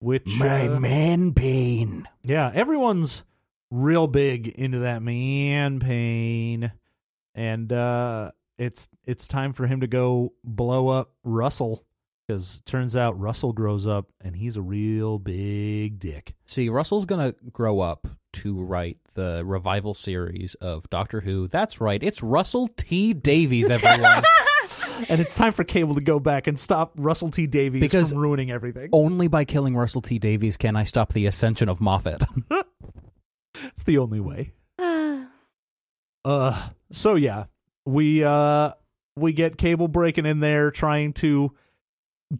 Speaker 1: Which
Speaker 4: My
Speaker 1: uh,
Speaker 4: man pain.
Speaker 1: yeah, everyone's real big into that man pain, and uh, it's it's time for him to go blow up Russell because turns out Russell grows up and he's a real big dick.
Speaker 2: See, Russell's going to grow up to write the revival series of Doctor Who. That's right. It's Russell T. Davies, everyone.
Speaker 1: And it's time for Cable to go back and stop Russell T Davies
Speaker 2: Because- Oh.
Speaker 1: from ruining everything.
Speaker 2: Only by killing Russell T. Davies can I stop the ascension of Moffat.
Speaker 1: It's the only way.
Speaker 3: Ah.
Speaker 1: Uh so yeah, we uh we get Cable breaking in there trying to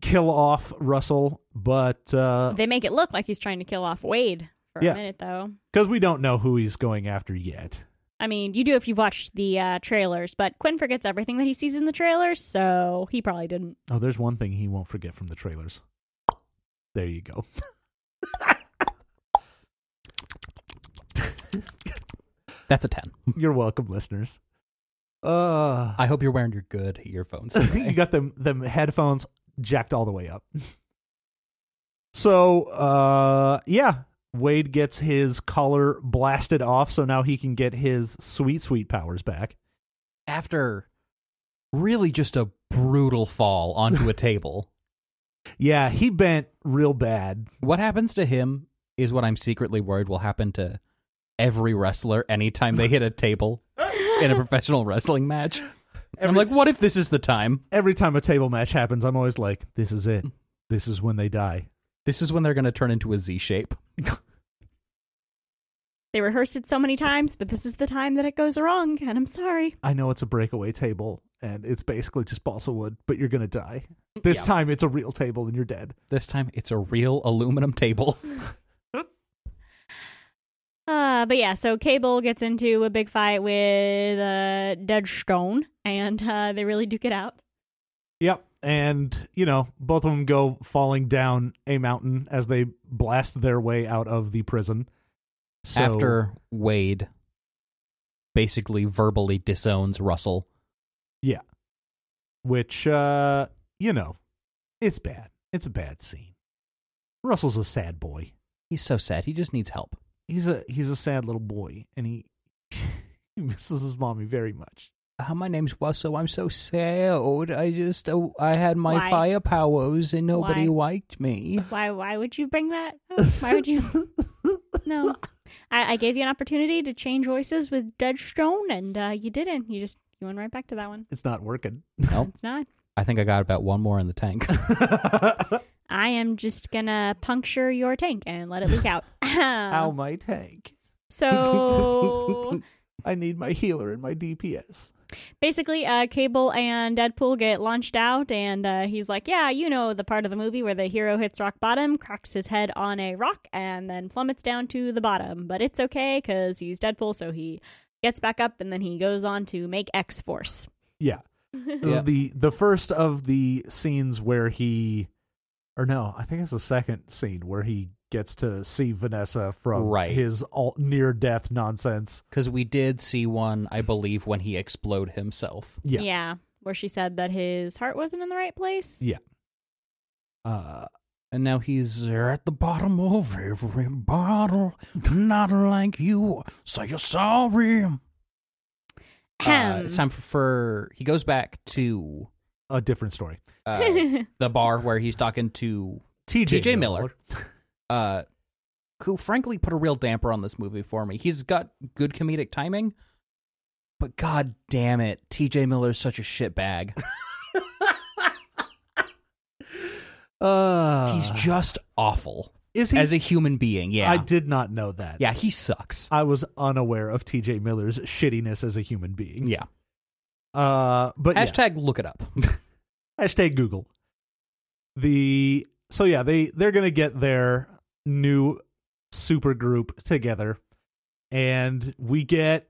Speaker 1: kill off Russell, but uh
Speaker 3: they make it look like he's trying to kill off Wade for
Speaker 1: Yeah.
Speaker 3: a minute, though.
Speaker 1: cuz we don't know who he's going after yet.
Speaker 3: I mean, you do if you've watched the uh, trailers, but Quinn forgets everything that he sees in the trailer, so he probably didn't.
Speaker 1: Oh, there's one thing he won't forget from the trailers. There you go.
Speaker 2: That's a 10.
Speaker 1: You're welcome, listeners. Uh
Speaker 2: I hope you're wearing your good earphones. today.
Speaker 1: you got them them headphones jacked all the way up. So uh yeah, Wade gets his collar blasted off, so now he can get his sweet sweet powers back.
Speaker 2: After really just a brutal fall onto a table,
Speaker 1: Yeah, he bent real bad.
Speaker 2: what happens to him is what I'm secretly worried will happen to every wrestler anytime they hit a table in a professional wrestling match. I'm
Speaker 1: Every-
Speaker 2: like, what if this is the time?
Speaker 1: Every time a table match happens, I'm always like, "This is it. This is when they die."
Speaker 2: This is when they're going to turn into a Z shape.
Speaker 3: They rehearsed it so many times, but this is the time that it goes wrong, and I'm sorry.
Speaker 1: I know it's a breakaway table, and it's basically just balsa wood, but you're gonna die. This
Speaker 2: Yeah.
Speaker 1: time, it's a real table, and you're dead.
Speaker 2: This time, it's a real aluminum table.
Speaker 3: Uh, but yeah, so Cable gets into a big fight with uh, Dead Stone, and uh, they really duke it out.
Speaker 1: Yep. And you know, both of them go falling down a mountain as they blast their way out of the prison. So,
Speaker 2: After Wade basically verbally disowns Russell,
Speaker 1: which, uh, you know, it's bad. It's a bad scene. Russell's a sad boy.
Speaker 2: he's so sad. He just needs help.
Speaker 1: he's a he's a sad little boy and he he misses his mommy very much
Speaker 2: Uh, my name's Russell. I'm so sad. I just, uh, I had my
Speaker 3: Why?
Speaker 2: fire powers and nobody
Speaker 3: Why?
Speaker 2: liked me.
Speaker 3: Why? Why would you bring that? up? Why would you? No, I, I gave you an opportunity to change voices with Dead Stone, and uh, you didn't. You just you went right back to that one.
Speaker 1: it's not working
Speaker 2: Nope.
Speaker 3: It's not.
Speaker 2: I think I got about one more in the tank.
Speaker 3: I am just gonna puncture Uh-huh. your tank and let it leak out.
Speaker 1: ow my tank
Speaker 3: So
Speaker 1: I need my healer and my DPS.
Speaker 3: Basically, uh, Cable and Deadpool get launched out, and uh, he's like, "Yeah, you know the part of the movie where the hero hits rock bottom, cracks his head on a rock, and then plummets down to the bottom. But it's okay because he's Deadpool, so he gets back up, and then he goes on to make X Force."
Speaker 1: Yeah. This
Speaker 2: Yeah.
Speaker 1: is the the first of the scenes where he or no, I think it's the second scene where he gets to see Vanessa from
Speaker 2: Right.
Speaker 1: his all, near death nonsense.
Speaker 2: Because we did see one, I believe, when he explode himself.
Speaker 1: Yeah.
Speaker 3: where she said that his heart wasn't in the right place.
Speaker 1: Uh
Speaker 2: And now he's
Speaker 4: At the bottom of every bottle, not like you, so you're sorry.
Speaker 2: uh,
Speaker 3: Ahem.
Speaker 2: it's time for, for he goes back to
Speaker 1: a different story.
Speaker 2: uh, the bar where he's talking to
Speaker 1: TJ,
Speaker 2: T.J. Miller. uh who frankly put a real damper on this movie for me. He's got good comedic timing, but god damn it, TJ Miller's such a shitbag.
Speaker 1: Uh
Speaker 2: He's just awful
Speaker 1: Is he
Speaker 2: as a human being. Yeah.
Speaker 1: I did not know that.
Speaker 2: yeah, he sucks.
Speaker 1: I was unaware of TJ Miller's shittiness as a human being.
Speaker 2: Yeah.
Speaker 1: Uh but yeah.
Speaker 2: Hashtag look it up.
Speaker 1: hashtag google the so yeah they they're gonna get their new super group together and we get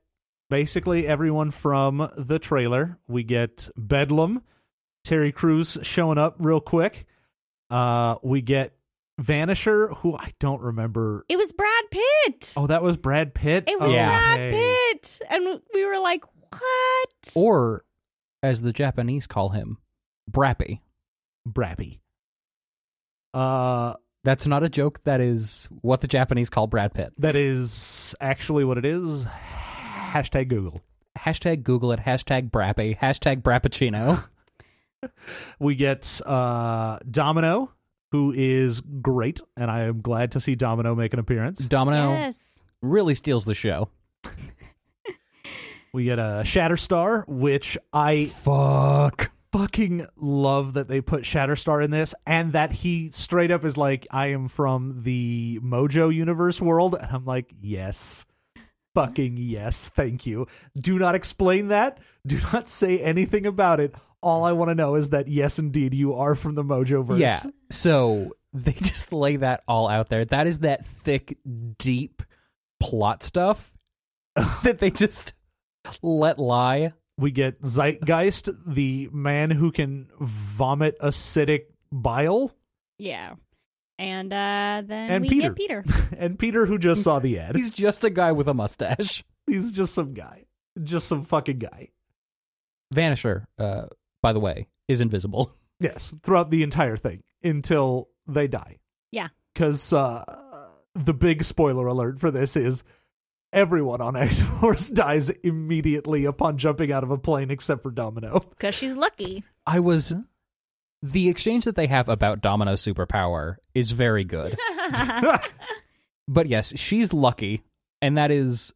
Speaker 1: basically everyone from the trailer we get bedlam terry Crews showing up real quick uh we get vanisher who i don't remember
Speaker 3: It was Brad Pitt.
Speaker 1: oh that was brad pitt
Speaker 3: It was
Speaker 1: Okay.
Speaker 2: Yeah.
Speaker 3: Brad Pitt, and we were like, "What?"
Speaker 1: Oh,
Speaker 2: or as the Japanese call him, Brappy.
Speaker 1: brappy uh
Speaker 2: That's not a joke. That is what the Japanese call Brad Pitt.
Speaker 1: that is actually what it is hashtag google
Speaker 2: Hashtag Google it. Hashtag Brappy. Hashtag Brappuccino.
Speaker 1: We get uh, Domino, who is great, and I am glad to see Domino make an appearance.
Speaker 2: Domino
Speaker 3: Yes.
Speaker 2: really steals the show.
Speaker 1: We get a Shatterstar, which I
Speaker 4: Fuck.
Speaker 1: fucking love that they put Shatterstar in this, and that he straight up is like, "I am from the Mojo Universe world," and I'm like, "Yes." Fucking yes, thank you. Do not explain that. Do not say anything about it. All I want to know is that yes, indeed, you are from the Mojo verse.
Speaker 2: Yeah. So they just lay that all out there. That is that thick, deep plot stuff that they just let lie.
Speaker 1: we get Zeitgeist, the man who can vomit acidic bile,
Speaker 3: Yeah. And uh, then
Speaker 1: And
Speaker 3: we get Peter.
Speaker 1: and Peter, who just saw the ad.
Speaker 2: He's just a guy with a mustache.
Speaker 1: He's just some guy, just some fucking guy.
Speaker 2: Vanisher, uh, by the way, is invisible.
Speaker 1: Yes, throughout the entire thing until they die.
Speaker 3: Yeah.
Speaker 1: Because uh, the big spoiler alert for this is everyone on X Force dies immediately upon jumping out of a plane except for Domino.
Speaker 3: Because she's lucky.
Speaker 2: I was. The exchange that they have about Domino's superpower is very good. But yes, she's lucky, and that is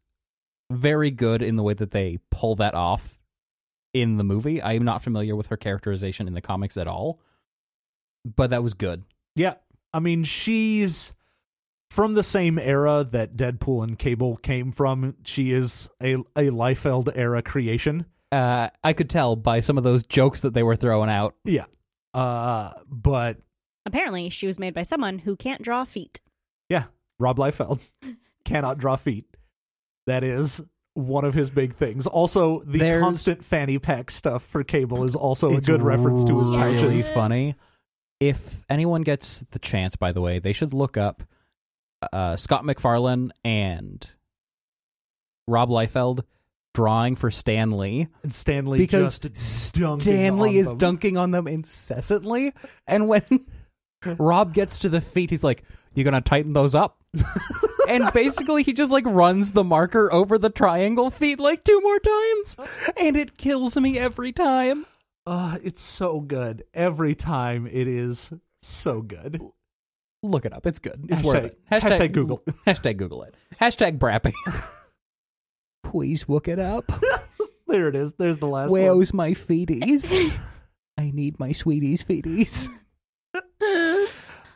Speaker 2: very good in the way that they pull that off in the movie. I am not familiar with her characterization in the comics at all, but that was good.
Speaker 1: Yeah. I mean, she's from the same era that Deadpool and Cable came from. She is a a Liefeld era creation.
Speaker 2: Uh, I could tell by some of those jokes that they were throwing out.
Speaker 1: Yeah. Uh but
Speaker 3: Apparently, she was made by someone who can't draw feet.
Speaker 1: yeah, Rob Liefeld cannot draw feet. That is one of his big things. Also, the
Speaker 2: There's-
Speaker 1: constant fanny pack stuff for Cable is also a
Speaker 2: It's
Speaker 1: good reference to his
Speaker 2: really
Speaker 1: pouches.
Speaker 2: funny. If anyone gets the chance, by the way, they should look up uh, Scott McFarlane and Rob Liefeld drawing for Stan Lee.
Speaker 1: And Stanley
Speaker 2: because
Speaker 1: just dunking on
Speaker 2: Stanley is
Speaker 1: them.
Speaker 2: dunking on them incessantly, and when Rob gets to the feet, he's like, "You gonna tighten those up?" and basically, he just like runs the marker over the triangle feet like two more times, and it kills me every time.
Speaker 1: Uh, it's so good. Every time it is so good.
Speaker 2: Look it up; it's good. It's
Speaker 1: Hashtag-
Speaker 2: worth it.
Speaker 1: hashtag Google.
Speaker 2: Hashtag Google it. Hashtag Brappy. Please look it up.
Speaker 1: There it is. There's the last one.
Speaker 2: Where's my feeties? I need my sweeties feeties.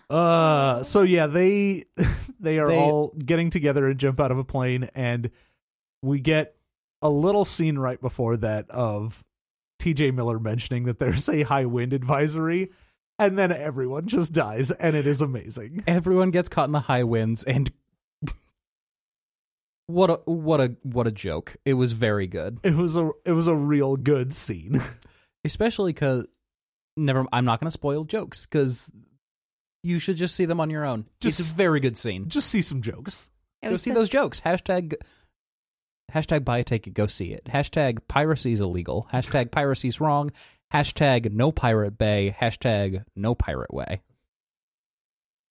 Speaker 1: Uh, so yeah, they they are
Speaker 2: They-
Speaker 1: all getting together and jump out of a plane, and we get a little scene right before that of TJ Miller mentioning that there's a high wind advisory, and then everyone just dies, and it is amazing.
Speaker 2: Everyone gets caught in the high winds, and what a what a what a joke! It was very good,
Speaker 1: It was a it was a real good scene.
Speaker 2: especially because never. I'm not going to spoil jokes because you should just see them on your own. it's
Speaker 1: Just-
Speaker 2: a very good scene.
Speaker 1: Just see some jokes.
Speaker 3: It
Speaker 2: go
Speaker 3: was
Speaker 2: see
Speaker 3: such-
Speaker 2: those jokes. Hashtag hashtag buy a ticket. Go see it. Hashtag piracy is illegal. Hashtag piracy's wrong. Hashtag no pirate bay. Hashtag no pirate way.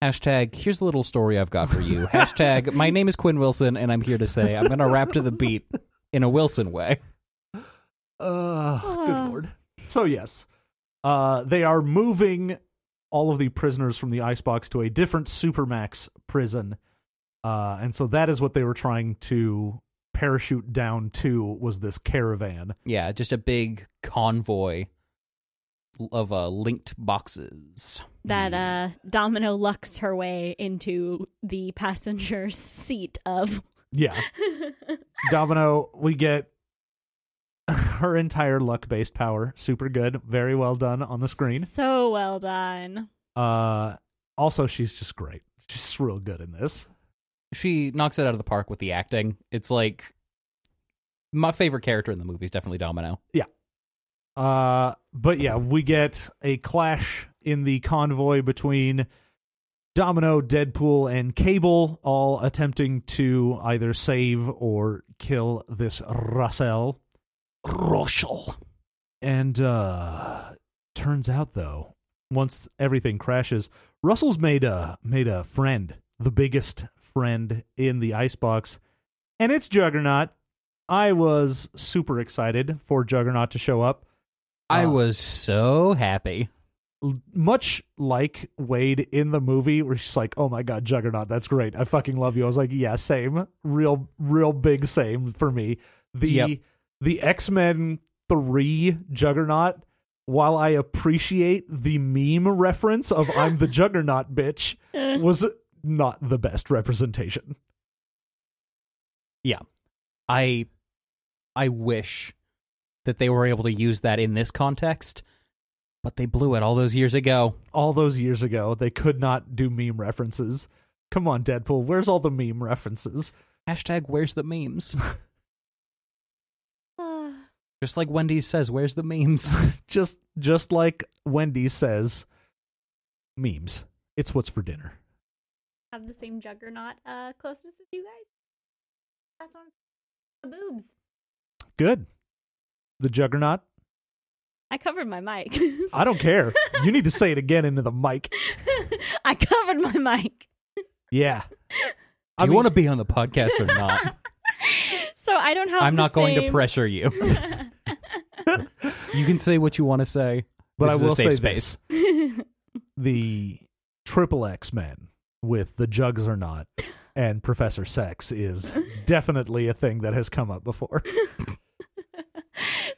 Speaker 2: Hashtag here's a little story I've got for you. Hashtag my name is Quinn Wilson and I'm here to say I'm gonna rap to the beat in a Wilson way.
Speaker 1: Uh,
Speaker 3: Ah.
Speaker 1: good lord. So yes, uh, they are moving all of the prisoners from the icebox to a different supermax prison, uh, and so that is what they were trying to parachute down to was this caravan.
Speaker 2: Yeah, just a big convoy of uh, linked boxes.
Speaker 3: that uh, Domino lucks her way into the passenger's seat of.
Speaker 1: Yeah, Domino. We get her entire luck-based power. Super good. Very well done on the screen.
Speaker 3: So well done.
Speaker 1: Uh, also, she's just great. She's real good in this.
Speaker 2: she knocks it out of the park with the acting. It's like my favorite character in the movie is definitely Domino.
Speaker 1: Uh, but yeah, we get a clash in the convoy between Domino, Deadpool, and Cable, all attempting to either save or kill this Russell. Russell. And uh, turns out though, once everything crashes, Russell's made a made a friend, the biggest friend in the icebox, and it's Juggernaut. I was super excited for Juggernaut to show up
Speaker 2: I
Speaker 1: Uh,
Speaker 2: was so happy.
Speaker 1: l- much like Wade in the movie, where she's like, "Oh my god, Juggernaut, that's great. I fucking love you." I was like, "Yeah, same. Real, real big same for me." The
Speaker 2: Yep.
Speaker 1: the X Men Three Juggernaut. While I appreciate the meme reference of "I'm the Juggernaut, bitch," was not the best representation.
Speaker 2: I I wish that they were able to use that in this context, but they blew it all those years ago.
Speaker 1: All those years ago, they could not do meme references. Come on, Deadpool, where's all the meme references?
Speaker 2: Hashtag where's the memes?
Speaker 3: Ah.
Speaker 2: Just like Wendy says, where's the memes?
Speaker 1: just just like Wendy says, memes. It's what's for dinner.
Speaker 3: have the same juggernaut uh closeness as you guys. That's on the boobs.
Speaker 1: Good. The juggernaut.
Speaker 3: I covered my mic.
Speaker 1: I don't care. you need to say it again into the mic.
Speaker 3: I covered my mic.
Speaker 1: Yeah.
Speaker 2: Do you want to be on the podcast or not?
Speaker 3: So I don't have
Speaker 2: I'm
Speaker 3: the
Speaker 2: not going to
Speaker 3: same-
Speaker 2: pressure you. you can say what you want to say.
Speaker 1: But
Speaker 2: This
Speaker 1: I
Speaker 2: is a
Speaker 1: will
Speaker 2: safe
Speaker 1: say
Speaker 2: space.
Speaker 1: this: the triple X Men with the jugs or not, and Professor Sex is definitely a thing that has come up before.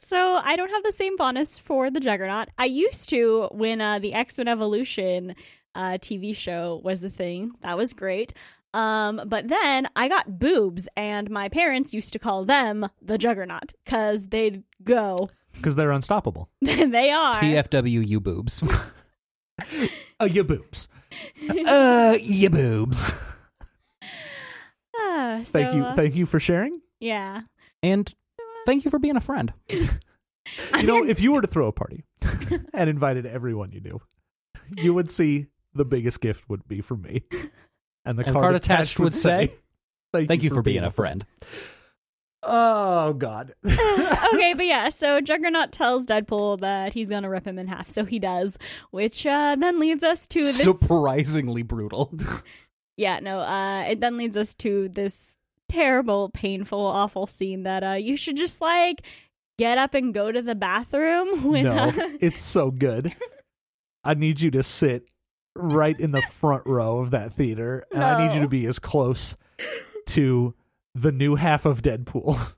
Speaker 3: So I don't have the same bonus for the juggernaut. I used to when uh the X-Men Evolution uh TV show was the thing. That was great. Um, but then I got boobs, and my parents used to call them the Juggernaut because they'd go.
Speaker 1: Because they're unstoppable.
Speaker 3: they are.
Speaker 2: TFWU boobs.
Speaker 1: Uh, your boobs.
Speaker 2: uh, your boobs.
Speaker 3: Ah,
Speaker 1: Thank
Speaker 3: so,
Speaker 1: you.
Speaker 3: uh,
Speaker 1: Thank you for sharing.
Speaker 3: yeah.
Speaker 2: And thank you for being a friend.
Speaker 1: you know, if you were to throw a party and invited everyone you knew, you would see the biggest gift would be from me. And the
Speaker 2: And
Speaker 1: card, attached, would say, thank,
Speaker 2: Thank you for being a friend.
Speaker 1: Oh, God.
Speaker 3: okay, but yeah, so Juggernaut tells Deadpool that he's gonna rip him in half, so he does, which uh, then leads us to this.
Speaker 2: Surprisingly brutal.
Speaker 3: yeah, no, uh, it then leads us to this terrible, painful, awful scene that uh, you should just like get up and go to the bathroom when.
Speaker 1: no,
Speaker 3: uh,
Speaker 1: it's so good. I need you to sit right in the front row of that theater, and I need you
Speaker 3: No.
Speaker 1: to be as close to the new half of Deadpool.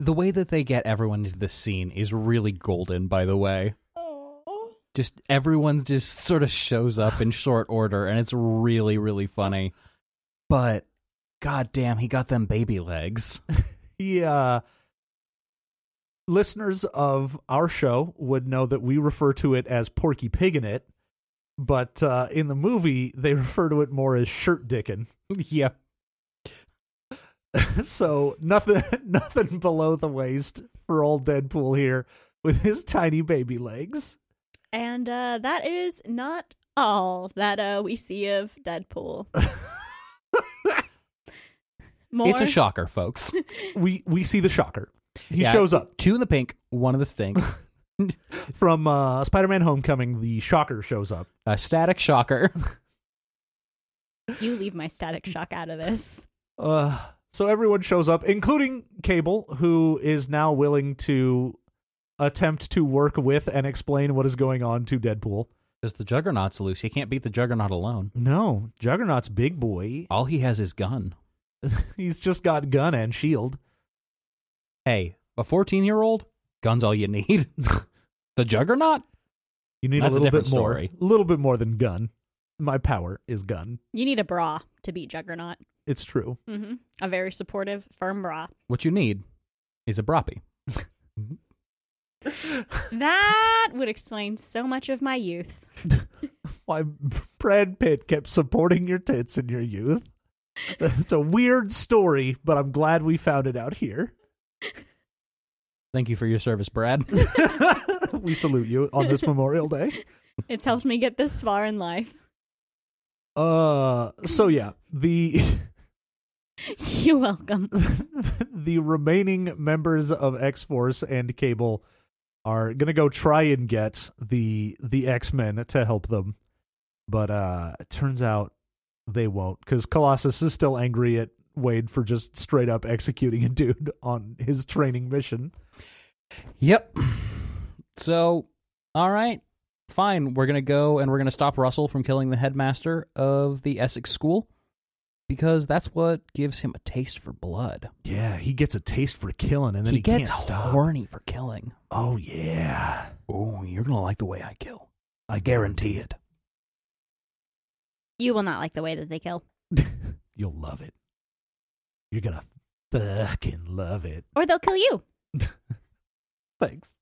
Speaker 2: The way that they get everyone into this scene is really golden, by the way.
Speaker 3: Oh.
Speaker 2: Just everyone just sort of shows up in short order, and it's really, really funny. But goddamn, he got them baby legs.
Speaker 1: he uh listeners of our show would know that we refer to it as Porky Pig in it, but uh, in the movie they refer to it more as Shirt Dickin.
Speaker 2: yeah.
Speaker 1: so nothing, nothing below the waist for old Deadpool here with his tiny baby legs.
Speaker 3: And uh, that is not all that uh, we see of Deadpool. More.
Speaker 2: It's a shocker, folks.
Speaker 1: We we see the Shocker. He
Speaker 2: Yeah.
Speaker 1: shows up
Speaker 2: Two in the pink, one in the stink.
Speaker 1: from uh, Spider-Man: Homecoming. The Shocker shows up.
Speaker 2: A static shocker.
Speaker 3: You leave my static shock out of this.
Speaker 1: Uh, so everyone shows up, including Cable, who is now willing to attempt to work with and explain what is going on to Deadpool.
Speaker 2: Because the Juggernaut's loose. You can't beat the Juggernaut alone.
Speaker 1: No, Juggernaut's big boy.
Speaker 2: All he has is gun.
Speaker 1: He's just got gun and shield.
Speaker 2: Hey, a 14 year old, gun's all you need. the Juggernaut?
Speaker 1: You need
Speaker 2: That's
Speaker 1: a
Speaker 2: a
Speaker 1: little
Speaker 2: different
Speaker 1: bit more.
Speaker 2: story.
Speaker 1: A little bit more than gun. My power is gun.
Speaker 3: You need a bra to beat Juggernaut.
Speaker 1: It's true.
Speaker 3: hmm A very supportive, firm bra.
Speaker 2: What you need is a broppy.
Speaker 3: That would explain so much of my youth.
Speaker 1: Why Brad Pitt kept supporting your tits in your youth. It's a weird story, but I'm glad we found it out here.
Speaker 2: Thank you for your service, Brad.
Speaker 1: we salute you on this Memorial Day.
Speaker 3: It's helped me get this far in life.
Speaker 1: Uh, so yeah, the
Speaker 3: You're welcome.
Speaker 1: the remaining members of X Force and Cable are gonna go try and get the the X Men to help them, but uh, it turns out they won't because Colossus is still angry at Wade for just straight up executing a dude on his training mission.
Speaker 2: yep. So, all right. Fine. We're going to go and we're going to stop Russell from killing the headmaster of the Essex school because that's what gives him a taste for blood.
Speaker 1: Yeah, he gets a taste for killing, and then he,
Speaker 2: gets
Speaker 1: can't stop.
Speaker 2: horny for killing.
Speaker 1: Oh yeah,
Speaker 2: Oh, you're going to like the way I kill.
Speaker 1: I
Speaker 2: Guarantee it.
Speaker 3: You will not like the way that they kill.
Speaker 1: You'll love it. You're gonna fucking love it.
Speaker 3: Or they'll kill you.
Speaker 1: Thanks.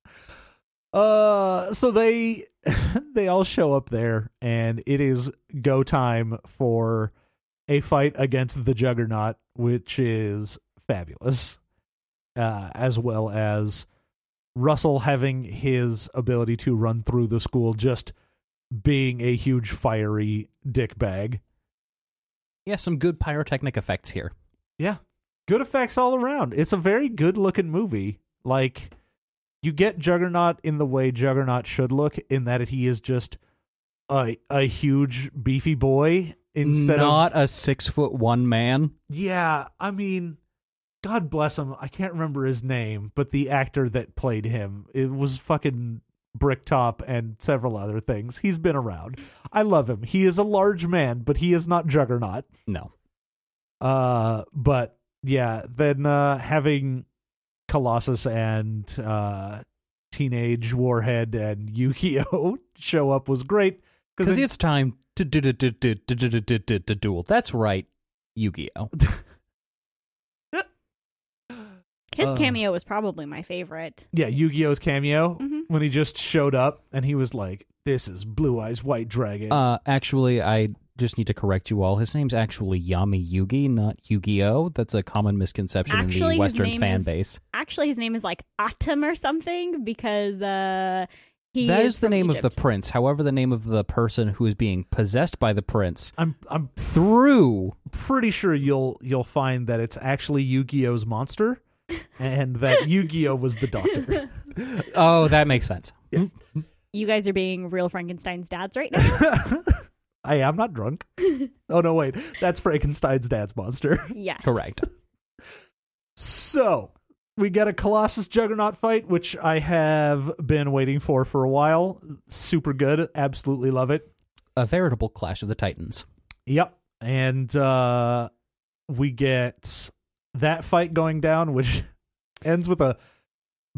Speaker 1: Uh, so they they all show up there, and it is go time for a fight against the Juggernaut, which is fabulous, uh, as well as Russell having his ability to run through the school, just being a huge fiery dick bag.
Speaker 2: Yeah, some good pyrotechnic effects here.
Speaker 1: Yeah. Good effects all around. It's a very good looking movie. Like you get Juggernaut in the way Juggernaut should look in that he is just a a huge beefy boy instead
Speaker 2: Not
Speaker 1: of
Speaker 2: a six foot one man.
Speaker 1: Yeah, I mean God bless him. I can't remember his name, but the actor that played him, it was fucking Bricktop and several other things. He's been around. I love him. He is a large man, but he is not Juggernaut.
Speaker 2: No.
Speaker 1: Uh, but yeah, then uh, having Colossus and uh, teenage Warhead and Yukio show up was great
Speaker 2: Because
Speaker 1: they-
Speaker 2: it's time to do- do- do- do- do- do- do- do- do- do- duel. That's right, Yu Gi Oh!
Speaker 3: His
Speaker 2: Oh.
Speaker 1: Uh.
Speaker 3: cameo was probably my favorite.
Speaker 1: yeah Yu-Gi-Oh's cameo
Speaker 3: Mhm.
Speaker 1: when he just showed up and he was like, "This is Blue Eyes White Dragon."
Speaker 2: Uh, actually, I just need to correct you all. His name's actually Yami Yugi, not Yu Gi Oh! That's a common misconception
Speaker 3: Actually,
Speaker 2: in the
Speaker 3: his
Speaker 2: Western
Speaker 3: name
Speaker 2: fan
Speaker 3: is-
Speaker 2: base.
Speaker 3: Actually, his name is like Atum or something because uh, he
Speaker 2: that is the
Speaker 3: from
Speaker 2: name of
Speaker 3: Egypt.
Speaker 2: the prince. However, the name of the person who is being possessed by the prince
Speaker 1: I'm I'm
Speaker 2: through
Speaker 1: pretty sure you'll you'll find that it's actually Yu-Gi-Oh's monster, and that Yu-Gi-Oh was the doctor.
Speaker 2: Oh, that makes sense.
Speaker 3: You guys are being real Frankenstein's dads right now.
Speaker 1: I am not drunk. Oh no, wait, that's Frankenstein's dad's monster.
Speaker 3: yes,
Speaker 2: Correct.
Speaker 1: So we get a Colossus Juggernaut fight, which I have been waiting for for a while. Super good. Absolutely love it.
Speaker 2: A veritable clash of the titans.
Speaker 1: Yep. And uh, we get that fight going down, which ends with a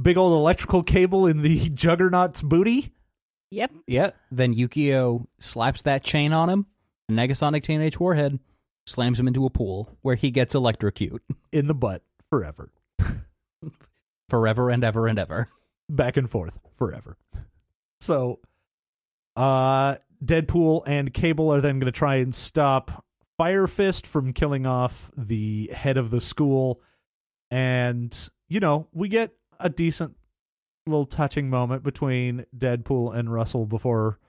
Speaker 1: big old electrical cable in the Juggernaut's booty.
Speaker 3: Yep.
Speaker 2: Yeah. Then Yukio slaps that chain on him, Negasonic Teenage Warhead slams him into a pool where he gets electrocute
Speaker 1: in the butt forever.
Speaker 2: forever and ever and ever.
Speaker 1: back and forth forever. So, uh, Deadpool and Cable are then going to try and stop Fire Fist from killing off the head of the school, and you know we get a decent little touching moment between Deadpool and Russell before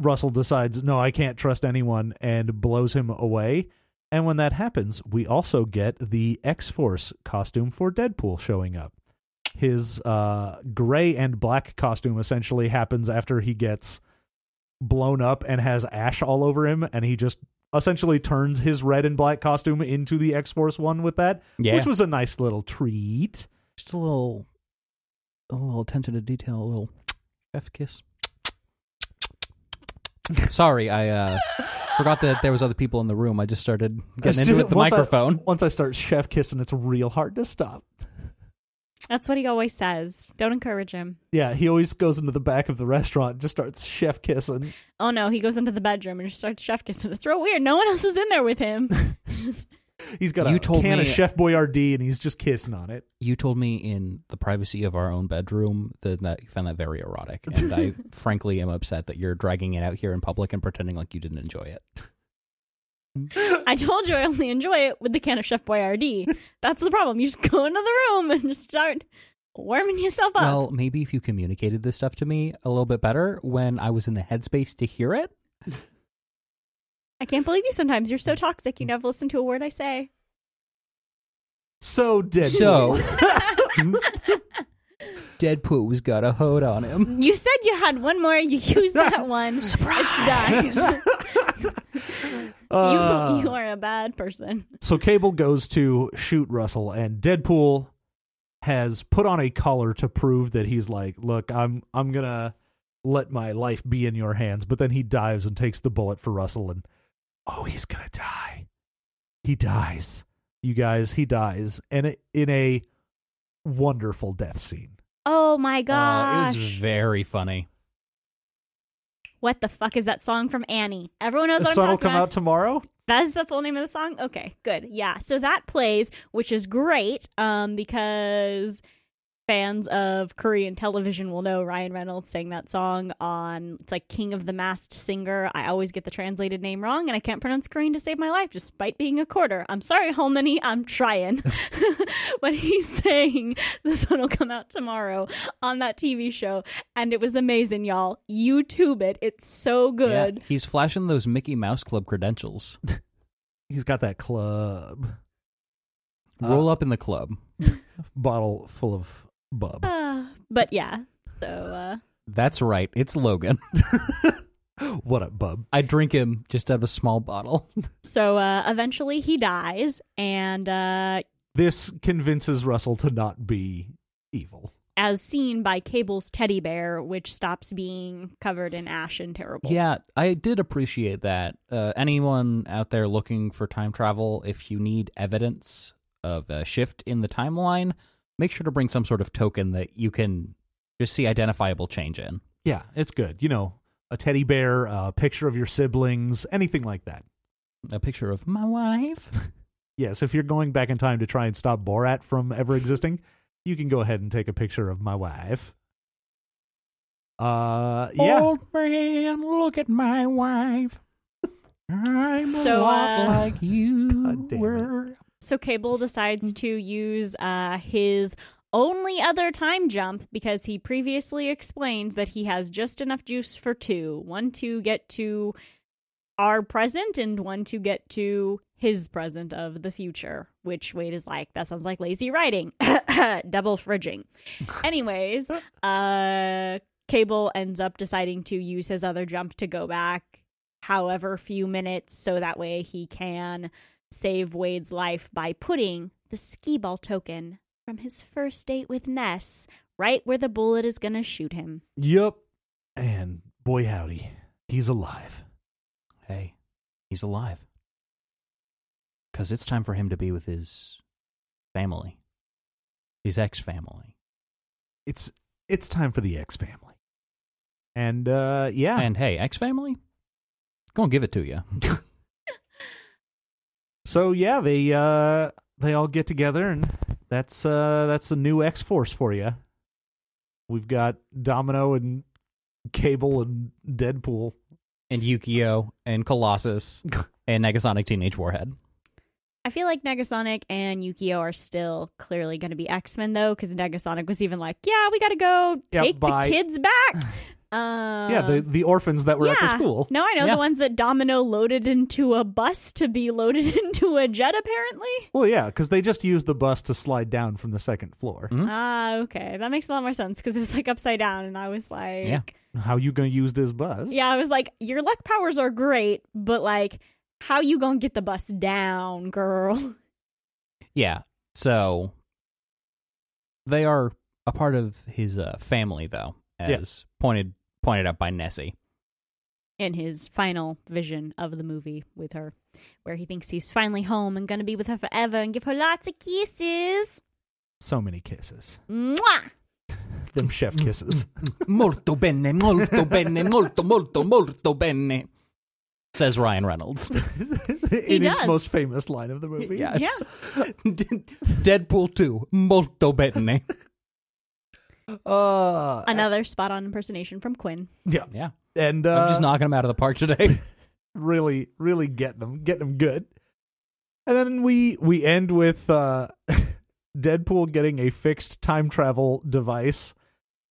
Speaker 1: Russell decides, no, I can't trust anyone, and blows him away. And when that happens, we also get the X Force costume for Deadpool showing up his uh, gray and black costume essentially happens after he gets blown up and has ash all over him, and he just essentially turns his red and black costume into the X Force one with that,
Speaker 2: Yeah,
Speaker 1: which was a nice little treat.
Speaker 2: just a little, a little attention to detail, a little chef kiss. Sorry, I uh, forgot that there was other people in the room. I just started getting into it with the
Speaker 1: Once I-
Speaker 2: microphone.
Speaker 1: once I start chef kissing, it's real hard to stop.
Speaker 3: That's what he always says. Don't encourage him.
Speaker 1: Yeah, he always goes into the back of the restaurant, and just starts chef kissing.
Speaker 3: Oh no, he goes into the bedroom and just starts chef kissing. It's real weird. No one else is in there with him.
Speaker 1: He's got a
Speaker 2: You told
Speaker 1: can of
Speaker 2: me-
Speaker 1: Chef Boyardee, and he's just kissing on it.
Speaker 2: You told me in the privacy of our own bedroom that, that you found that very erotic, and I frankly am upset that you're dragging it out here in public and pretending like you didn't enjoy it.
Speaker 3: I told you I only enjoy it with the can of Chef Boyardee. That's the problem. You just go into the room and just start warming yourself up.
Speaker 2: Well, maybe if you communicated this stuff to me a little bit better when I was in the headspace to hear it.
Speaker 3: I can't believe you sometimes. You're so toxic. You never listen to a word I say.
Speaker 1: So Deadpool.
Speaker 2: So, Deadpool's got a hood on him.
Speaker 3: You said you had one more. You used that one. Surprise! It's done.
Speaker 1: Uh,
Speaker 3: you, you are a bad person.
Speaker 1: So Cable goes to shoot Russell, and Deadpool has put on a collar to prove that he's like, "Look, I'm I'm gonna let my life be in your hands." But then he dives and takes the bullet for Russell, and oh, he's gonna die. He dies, you guys. He dies, and it, in a wonderful death scene.
Speaker 3: Oh my
Speaker 2: Uh,
Speaker 3: gosh.
Speaker 2: it was very funny.
Speaker 3: What the fuck is that song from Annie? Everyone knows what
Speaker 1: Sun
Speaker 3: I'm
Speaker 1: will
Speaker 3: talking
Speaker 1: come
Speaker 3: about.
Speaker 1: out tomorrow.
Speaker 3: That is the full name of the song? Okay, good. Yeah. So that plays, which is great um, because fans of Korean television will know Ryan Reynolds sang that song on, it's like King of the Masked Singer. I always get the translated name wrong and I can't pronounce Korean to save my life despite being a quarter. I'm sorry, Holmany, I'm trying. but he sang The Sun Will Come Out Tomorrow on that TV show and it was amazing, y'all. YouTube it. It's so
Speaker 2: Yeah,
Speaker 3: good. Uh.
Speaker 2: he's flashing those Mickey Mouse Club credentials.
Speaker 1: He's got that club
Speaker 2: Roll up in the club.
Speaker 1: bottle full of bub.
Speaker 3: Uh, but yeah. So uh
Speaker 2: That's right. It's Logan.
Speaker 1: what up, bub?
Speaker 2: I drink him just out of a small bottle.
Speaker 3: so uh eventually he dies and uh
Speaker 1: This convinces Russell to not be evil.
Speaker 3: as seen by Cable's teddy bear which stops being covered in ash and terrible.
Speaker 2: Yeah, I did appreciate that. Uh, anyone out there looking for time travel, if you need evidence of a shift in the timeline, make sure to bring some sort of token that you can just see identifiable change in.
Speaker 1: Yeah, it's good. You know, a teddy bear, a picture of your siblings, anything like that.
Speaker 2: A picture of my wife.
Speaker 1: Yes, if you're going back in time to try and stop Borat from ever existing, you can go ahead and take a picture of my wife. Uh, yeah.
Speaker 2: Old man, look at my wife. I'm a
Speaker 3: So,
Speaker 2: lot
Speaker 3: uh,
Speaker 2: like you
Speaker 1: God damn it.
Speaker 2: were.
Speaker 3: So Cable decides to use uh his only other time jump because he previously explains that he has just enough juice for two. One to get to our present and one to get to his present of the future, which Wade is like, that sounds like lazy writing. Double fridging. Anyways, uh Cable ends up deciding to use his other jump to go back however few minutes so that way he can save Wade's life by putting the skee ball token from his first date with Ness right where the bullet is going to shoot him.
Speaker 1: Yup. And boy, howdy, he's alive.
Speaker 2: Hey, he's alive. Because it's time for him to be with his family, his ex family.
Speaker 1: It's it's time for the X family. And uh, yeah,
Speaker 2: And hey, ex family, gonna give it to you.
Speaker 1: so yeah, they uh, they all get together and that's uh that's the new X Force for you. We've got Domino and Cable and Deadpool.
Speaker 2: and Yukio and Colossus and Negasonic Teenage Warhead.
Speaker 3: I feel like Negasonic and Yukio are still clearly going to be X Men though, because Negasonic was even like, "Yeah, we got to go
Speaker 1: Yeah,
Speaker 3: take
Speaker 1: bye."
Speaker 3: the kids back." Um,
Speaker 1: yeah, the the orphans that were at the
Speaker 3: yeah.
Speaker 1: school.
Speaker 3: No, I know
Speaker 2: Yeah.
Speaker 3: the ones that Domino loaded into a bus to be loaded into a jet, apparently.
Speaker 1: Well, yeah, because they just used the bus to slide down from the second floor.
Speaker 2: Mm. Hmm?
Speaker 3: Ah, okay. That makes a lot more sense because it was like upside down, and I was like,
Speaker 2: Yeah.
Speaker 1: How you gonna use this bus?
Speaker 3: Yeah, I was like, your luck powers are great, but like, how you gonna get the bus down, girl?
Speaker 2: Yeah. So they are a part of his uh, family, though, as
Speaker 1: Yeah.
Speaker 2: pointed pointed out by Nessie.
Speaker 3: In his final vision of the movie with her, where he thinks he's finally home and gonna be with her forever and give her lots of kisses.
Speaker 1: So many kisses.
Speaker 3: Mwah!
Speaker 1: Them chef kisses.
Speaker 2: Molto bene, molto bene, molto molto molto bene. Says Ryan Reynolds.
Speaker 1: In his
Speaker 3: does.
Speaker 1: most famous line of the movie.
Speaker 2: Yes. Deadpool 2, molto bene.
Speaker 1: Uh,
Speaker 3: Another spot on impersonation from Quinn.
Speaker 1: Yeah.
Speaker 2: Yeah.
Speaker 1: And uh,
Speaker 2: I'm just knocking him out of the park today.
Speaker 1: really really get them get them good and then we we end with uh deadpool getting a fixed time travel device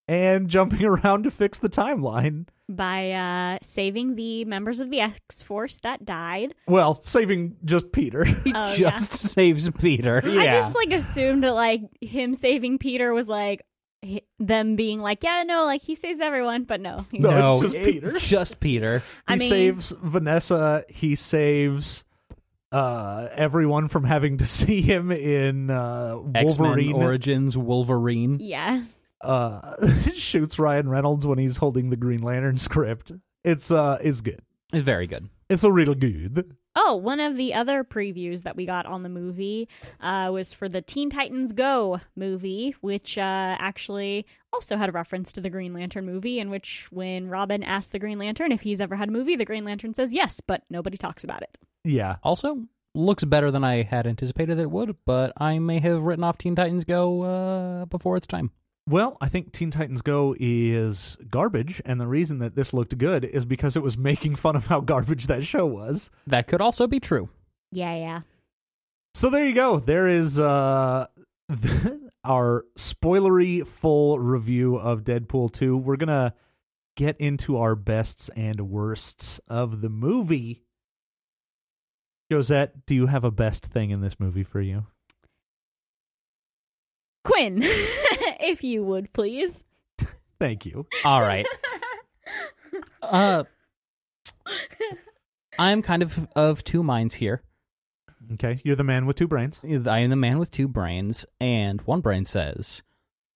Speaker 1: and jumping around to fix the timeline
Speaker 3: by uh, saving the members of the X Force that died.
Speaker 1: well saving just peter
Speaker 2: He
Speaker 3: Oh,
Speaker 2: just
Speaker 3: yeah.
Speaker 2: saves Peter.
Speaker 3: I
Speaker 2: Yeah.
Speaker 3: just like assumed that like him saving Peter was like hi- them being like, yeah, no, like he saves everyone, but no, he-
Speaker 1: No, it's just
Speaker 2: it-
Speaker 1: Peter.
Speaker 2: Just Peter.
Speaker 3: I
Speaker 1: he
Speaker 3: mean,
Speaker 1: saves vanessa he saves uh everyone from having to see him in uh
Speaker 2: X-Men
Speaker 1: wolverine
Speaker 2: Origins Wolverine.
Speaker 3: yeah,
Speaker 1: uh shoots ryan reynolds when he's holding the green lantern script it's uh it's good
Speaker 2: Very good.
Speaker 1: it's a real good
Speaker 3: Oh, one of the other previews that we got on the movie uh, was for the Teen Titans Go movie, which uh, actually also had a reference to the Green Lantern movie, in which when Robin asked the Green Lantern if he's ever had a movie, the Green Lantern says yes, but nobody talks about it.
Speaker 1: yeah
Speaker 2: Also, looks better than I had anticipated that it would, but I may have written off Teen Titans Go uh, before its time.
Speaker 1: Well, I think Teen Titans Go is garbage, and the reason that this looked good is because it was making fun of how garbage that show was.
Speaker 2: That could also be true.
Speaker 3: Yeah, yeah.
Speaker 1: So there you go. There is uh our spoilery full review of Deadpool 2. We're going to get into our bests and worsts of the movie. Josette, do you have a best thing in this movie for you?
Speaker 3: Quinn, if you would please.
Speaker 1: Thank you.
Speaker 2: All right. Uh, I'm kind of of two minds here.
Speaker 1: Okay, you're the man with two brains.
Speaker 2: I am the man with two brains, and one brain says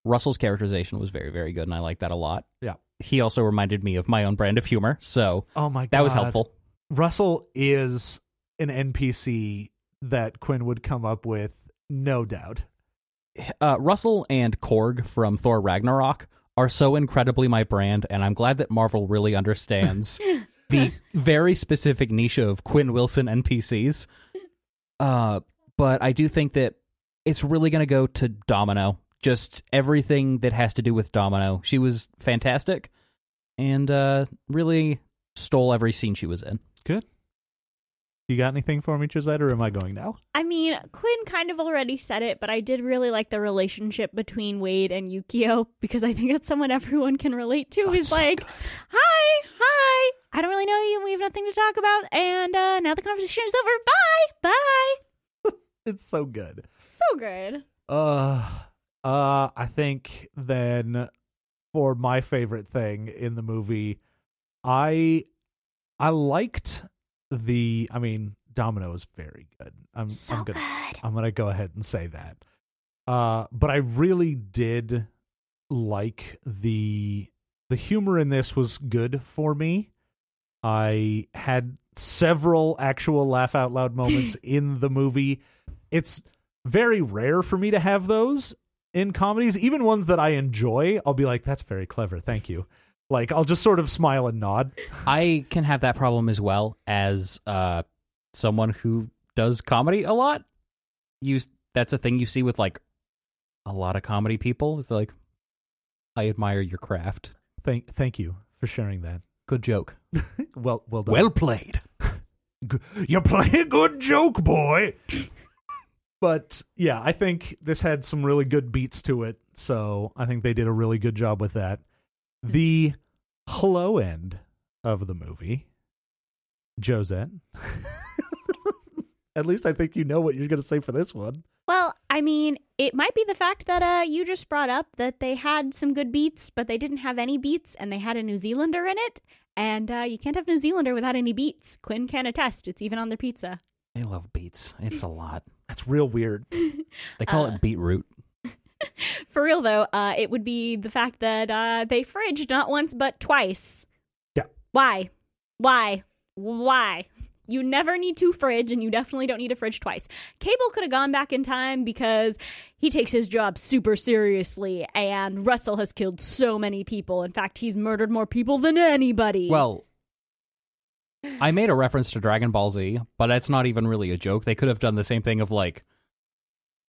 Speaker 2: Russell's characterization was very, very good, and I like that a lot.
Speaker 1: Yeah.
Speaker 2: He also reminded me of my own brand of humor, so
Speaker 1: Oh my god.
Speaker 2: that was helpful.
Speaker 1: Russell is an NPC that Quinn would come up with, no doubt.
Speaker 2: uh, Russell and Korg from Thor Ragnarok are so incredibly my brand, and I'm glad that Marvel really understands the very specific niche of Quinn Wilson NPCs. Uh, but I do think that it's really going to go to Domino. Just everything that has to do with Domino. She was fantastic and uh, really stole every scene she was in.
Speaker 1: You got anything for me, Chisette, or am I going now?
Speaker 3: I mean, Quinn kind of already said it, but I did really like the relationship between Wade and Yukio because I think that's someone everyone can relate to. He's like, "Hi, hi. I don't really know you. We have nothing to talk about, and uh, now the conversation is over. Bye, bye."
Speaker 1: It's so good.
Speaker 3: So good.
Speaker 1: Uh, uh, I think then for my favorite thing in the movie, I I liked the. I mean, Domino is very good. I'm
Speaker 3: So
Speaker 1: I'm
Speaker 3: good.
Speaker 1: gonna I'm gonna go ahead and say that. Uh, but I really did like the the humor in this was good for me. I had several actual laugh out loud moments in the movie. It's very rare for me to have those in comedies, even ones that I enjoy. I'll be like, "That's very clever, thank you." Like I'll just sort of smile and nod.
Speaker 2: I can have that problem as well as uh, someone who does comedy a lot. You that's a thing you see with like a lot of comedy people is like, I admire your craft.
Speaker 1: Thank thank you for sharing that.
Speaker 2: Good joke.
Speaker 1: Well well done.
Speaker 4: Well played.
Speaker 1: you play a good joke, boy. but yeah, I think this had some really good beats to it, so I think they did a really good job with that. The hello end of the movie, Josette. At least I think you know what you're going to say for this one.
Speaker 3: Well, I mean, it might be the fact that uh, you just brought up that they had some good beats, but they didn't have any beats, and they had a New Zealander in it. And uh, you can't have New Zealander without any beats. Quinn can attest; it's even on their pizza.
Speaker 2: I love beets. It's a lot.
Speaker 1: That's real weird.
Speaker 2: They call
Speaker 3: Uh,
Speaker 2: it beetroot.
Speaker 3: For real though, uh, it would be the fact that uh, they fridged not once but twice.
Speaker 1: Yeah.
Speaker 3: Why? Why? Why? You never need to fridge, and you definitely don't need to fridge twice. Cable could have gone back in time because he takes his job super seriously, and Russell has killed so many people. In fact, he's murdered more people than anybody.
Speaker 2: Well, I made a reference to Dragon Ball Z, but that's not even really a joke. They could have done the same thing of like,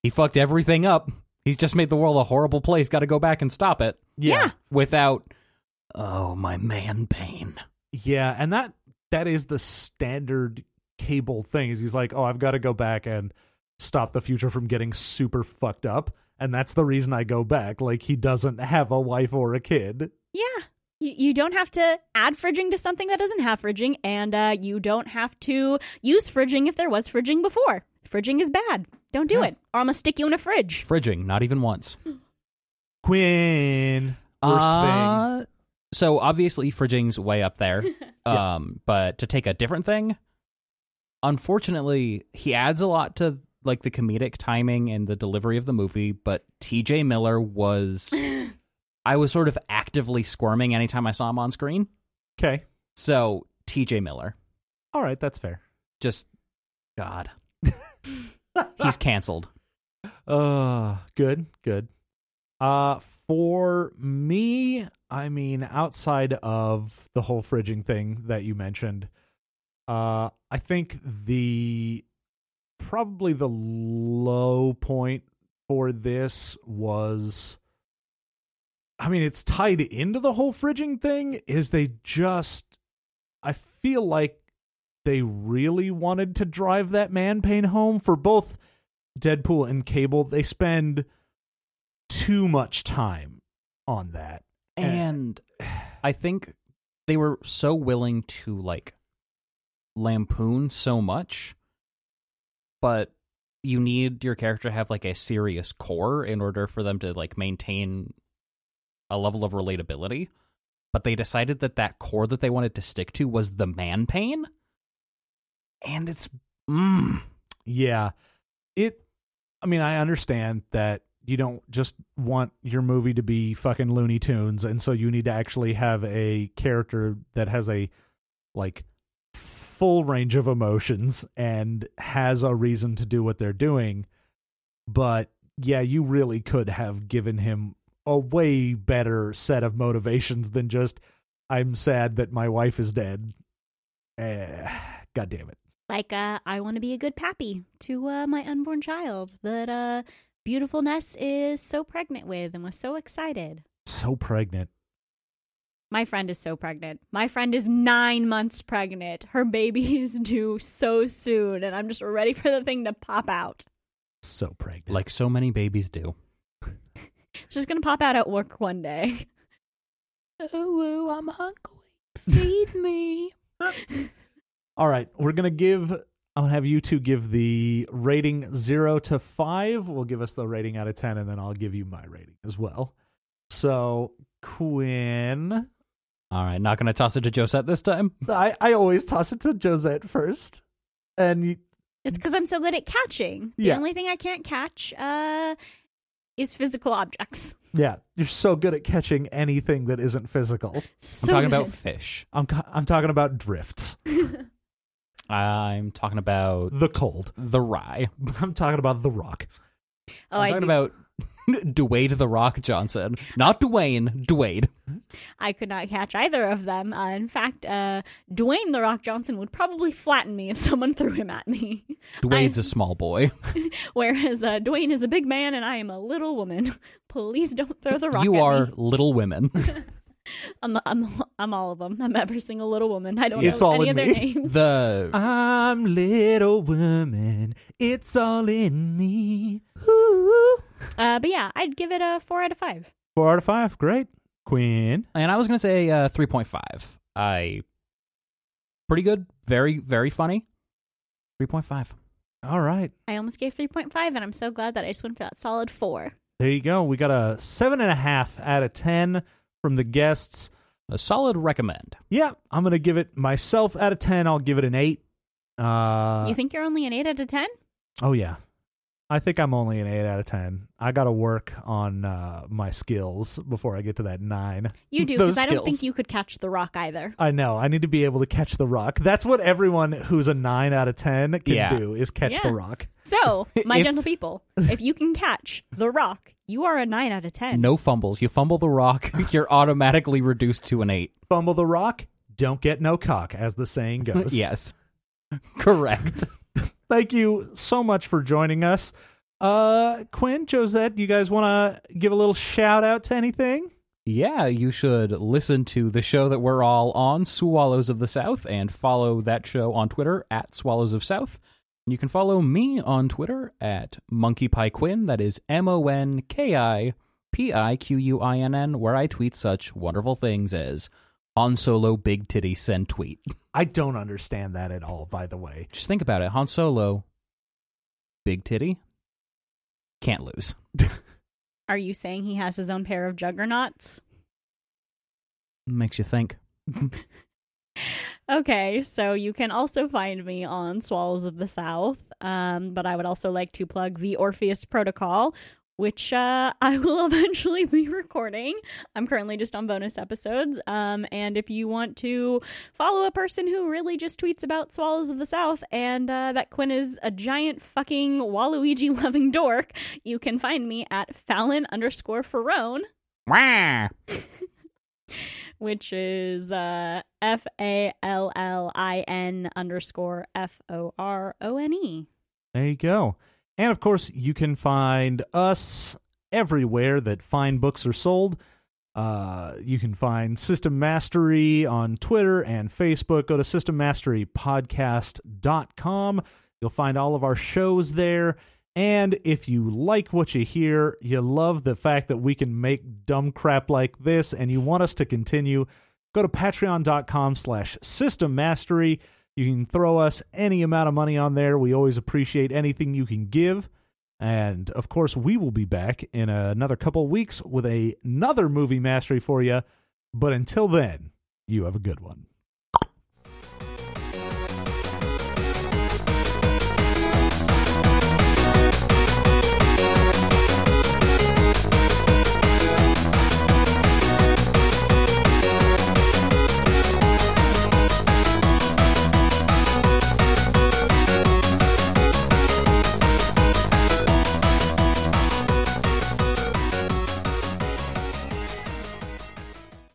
Speaker 2: he fucked everything up. He's just made the world a horrible place. Got to go back and stop it
Speaker 3: yeah.
Speaker 2: without. Oh my man, pain.
Speaker 1: Yeah, and that that is the standard cable thing. Is he's like, "Oh, I've got to go back and stop the future from getting super fucked up." And that's the reason I go back. Like he doesn't have a wife or a kid.
Speaker 3: Yeah. You, you don't have to add fridging to something that doesn't have fridging, and uh, you don't have to use fridging if there was fridging before. Fridging is bad. Don't do it, or I'm going to stick you in a fridge.
Speaker 2: Fridging, not even once.
Speaker 1: Quinn, worst thing.
Speaker 2: Uh, So obviously, fridging's way up there. Um, but to take a different thing, unfortunately, he adds a lot to like the comedic timing and the delivery of the movie. But T.J. Miller was, I was sort of actively squirming anytime I saw him on screen.
Speaker 1: Okay,
Speaker 2: So T.J. Miller,
Speaker 1: all right, that's fair.
Speaker 2: just God, he's canceled.
Speaker 1: Uh, good, good. Uh, for me, I mean, outside of the whole fridging thing that you mentioned, uh, I think the probably the low point for this was. I mean, it's tied into the whole fridging thing. Is they just, I feel like they really wanted to drive that man pain home for both Deadpool and Cable, they spend too much time on that.
Speaker 2: and
Speaker 1: And-
Speaker 2: I think they were so willing to like lampoon so much, but you need your character to have like a serious core in order for them to like maintain a level of relatability. But they decided that that core that they wanted to stick to was the man pain, and it's mm,
Speaker 1: Yeah. It I mean, I understand that you don't just want your movie to be fucking Looney Tunes and so you need to actually have a character that has a like full range of emotions and has a reason to do what they're doing. But yeah, you really could have given him a way better set of motivations than just I'm sad that my wife is dead. Eh, God damn it.
Speaker 3: Like, uh, I want to be a good pappy to uh, my unborn child that uh, beautiful Ness is so pregnant with and was so excited.
Speaker 1: So pregnant.
Speaker 3: My friend is so pregnant. My friend is nine months pregnant. Her baby is due so soon, and I'm just ready for the thing to pop out.
Speaker 1: so pregnant.
Speaker 2: like so many babies do.
Speaker 3: It's just going to pop out at work one day.
Speaker 2: Ooh, I'm hungry. Feed me.
Speaker 1: all right, we're gonna give. I'm gonna have you two give the rating zero to five. We'll give us the rating out of ten, and then I'll give you my rating as well. So Quinn,
Speaker 2: All right, not gonna toss it to Josette this time.
Speaker 1: I I always toss it to Josette first, and you,
Speaker 2: Mm.
Speaker 3: It's because I'm so good at catching. The
Speaker 1: Yeah.
Speaker 3: only thing I can't catch uh, is physical objects.
Speaker 1: yeah, you're so good at catching anything that isn't physical.
Speaker 2: I'm
Speaker 3: So
Speaker 2: talking
Speaker 3: good.
Speaker 2: about fish.
Speaker 1: I'm ca- I'm talking about drifts,
Speaker 2: I'm talking about
Speaker 1: the cold.
Speaker 2: the rye.
Speaker 1: I'm talking about the rock.
Speaker 3: Oh,
Speaker 2: I'm
Speaker 3: I
Speaker 2: talking
Speaker 3: do.
Speaker 2: about Dwayne the Rock Johnson. Not Dwayne, Dwayne.
Speaker 3: I could not catch either of them. Uh, in fact, uh, Dwayne The Rock Johnson would probably flatten me if someone threw him at me.
Speaker 2: Dwayne's a small boy.
Speaker 3: Whereas uh, Dwayne is a big man and I am a little woman. Please don't throw the rock
Speaker 2: You
Speaker 3: at
Speaker 2: are
Speaker 3: me.
Speaker 2: Little Women.
Speaker 3: I'm, I'm, I'm all of them. I'm every single little woman. I don't
Speaker 1: It's
Speaker 3: know
Speaker 1: all
Speaker 3: any
Speaker 1: in
Speaker 3: of their
Speaker 1: me.
Speaker 3: names.
Speaker 2: The
Speaker 1: I'm little woman. It's all in me.
Speaker 3: Uh, but yeah, I'd give it a four out of five.
Speaker 1: Four out of five. Great. Quinn.
Speaker 2: and I was gonna say uh, three point five. I pretty good, very very funny. Three point five.
Speaker 1: All right.
Speaker 3: I almost gave 3.5, and I'm so glad that I just went for that solid four.
Speaker 1: There you go. We got a seven and a half out of ten from the guests.
Speaker 2: A solid recommend.
Speaker 1: Yeah, I'm gonna give it myself out of ten. I'll give it an eight. Uh,
Speaker 3: you think you're only an eight out of 10?
Speaker 1: oh yeah, I think I'm only an eight out of ten. I gotta work on uh, my skills before I get to that nine.
Speaker 3: You do,
Speaker 2: Those
Speaker 3: because I don't think
Speaker 2: skills.
Speaker 3: you could catch the rock either.
Speaker 1: I know I need to be able to catch the rock. That's what everyone who's a nine out of ten can
Speaker 2: Yeah.
Speaker 1: do is catch
Speaker 3: Yeah.
Speaker 1: the rock.
Speaker 3: So, my
Speaker 2: If-
Speaker 3: gentle people, if you can catch the rock, you are a nine out of 10.
Speaker 2: No fumbles. You fumble the rock, you're automatically reduced to an eight.
Speaker 1: Fumble the rock, don't get no cock, as the saying goes.
Speaker 2: Yes. Correct.
Speaker 1: thank you so much for joining us. Uh, Quinn, Josette, you guys want to give a little shout out to anything?
Speaker 2: Yeah, you should listen to the show that we're all on, Swallows of the South, and follow that show on Twitter at Swallows of South. You can follow me on Twitter at Monkey Pie Quinn, that is M O N K I P I Q U I N N, where I tweet such wonderful things as Han Solo Big Titty Send Tweet.
Speaker 1: I don't understand that at all, by the way.
Speaker 2: Just think about it Han Solo, Big Titty, can't lose.
Speaker 3: Are you saying he has his own pair of juggernauts?
Speaker 2: Makes you think.
Speaker 3: Okay, so you can also find me on Swallows of the South, um, but I would also like to plug the Orpheus Protocol, which uh, I will eventually be recording. I'm currently just on bonus episodes, um, and if you want to follow a person who really just tweets about Swallows of the South and uh, that Quinn is a giant fucking Waluigi loving dork, you can find me at Fallon underscore Ferone
Speaker 2: Wah!
Speaker 3: which is uh, F A L L I N underscore F O R O N E.
Speaker 1: There you go. And of course, you can find us everywhere that fine books are sold. Uh, you can find System Mastery on Twitter and Facebook. Go to systemmasterypodcast.com. You'll find all of our shows there. And if you like what you hear, you love the fact that we can make dumb crap like this, and you want us to continue, go to patreon.com slash system mastery. You can throw us any amount of money on there. We always appreciate anything you can give. And of course, we will be back in another couple weeks with a- another movie mastery for you. But until then, you have a good one.